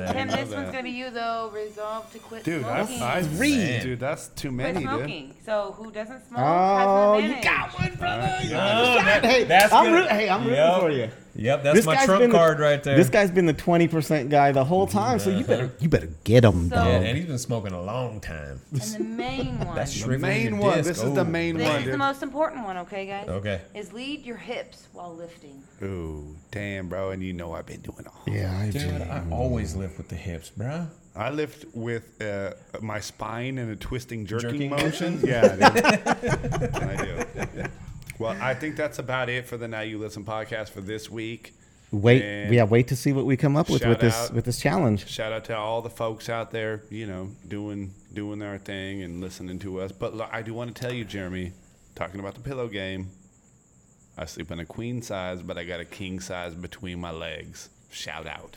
A: I-
E: Oh, Tim,
C: know
E: this
C: that.
E: one's gonna be you though. Resolve to quit
C: dude,
E: smoking.
C: I, I
A: Three.
C: dude. That's too
E: quit
C: many, dude.
E: smoking. So who doesn't smoke
D: Oh,
E: has an
D: you
E: advantage.
D: got one, brother.
A: Oh, that-
D: Hey,
A: that's
D: I'm
A: gonna-
D: root- hey, I'm rooting
A: Yep.
D: for you.
A: Yep, that's my
D: guy's
A: trump
D: been the-
A: card right there.
D: This guy's been the twenty percent guy the whole time, so you better you better get him,
E: So-
D: dog.
A: Yeah, and he's been smoking a long time.
E: And the main one.
A: That's
E: this
A: shriveling
C: Main
A: your
C: one.
A: disc.
C: This is the
A: Oh,
C: main
A: man.
C: one,
E: is the
C: dude.
E: most important one, okay, guys?
A: Okay.
E: Is lead your hips while lifting.
C: Ooh, damn, bro! And you know I've been doing all.
D: Yeah, I
A: Dude,
D: do.
A: I always lift with the hips, bruh.
C: I lift with uh, my spine in a twisting, jerking,
A: Jerking
C: motion. yeah, I do. I do. Well, I think that's about it for the Now You Listen podcast for this week.
D: Wait,
C: And
D: yeah, wait to see what we come up with with
C: Shout
D: this
C: out.
D: with this challenge.
C: Shout out to all the folks out there, you know, doing doing their thing and listening to us. But look, I do want to tell you, Jeremy, talking about the pillow game. I sleep in a queen size, but I got a king size between my legs. Shout out.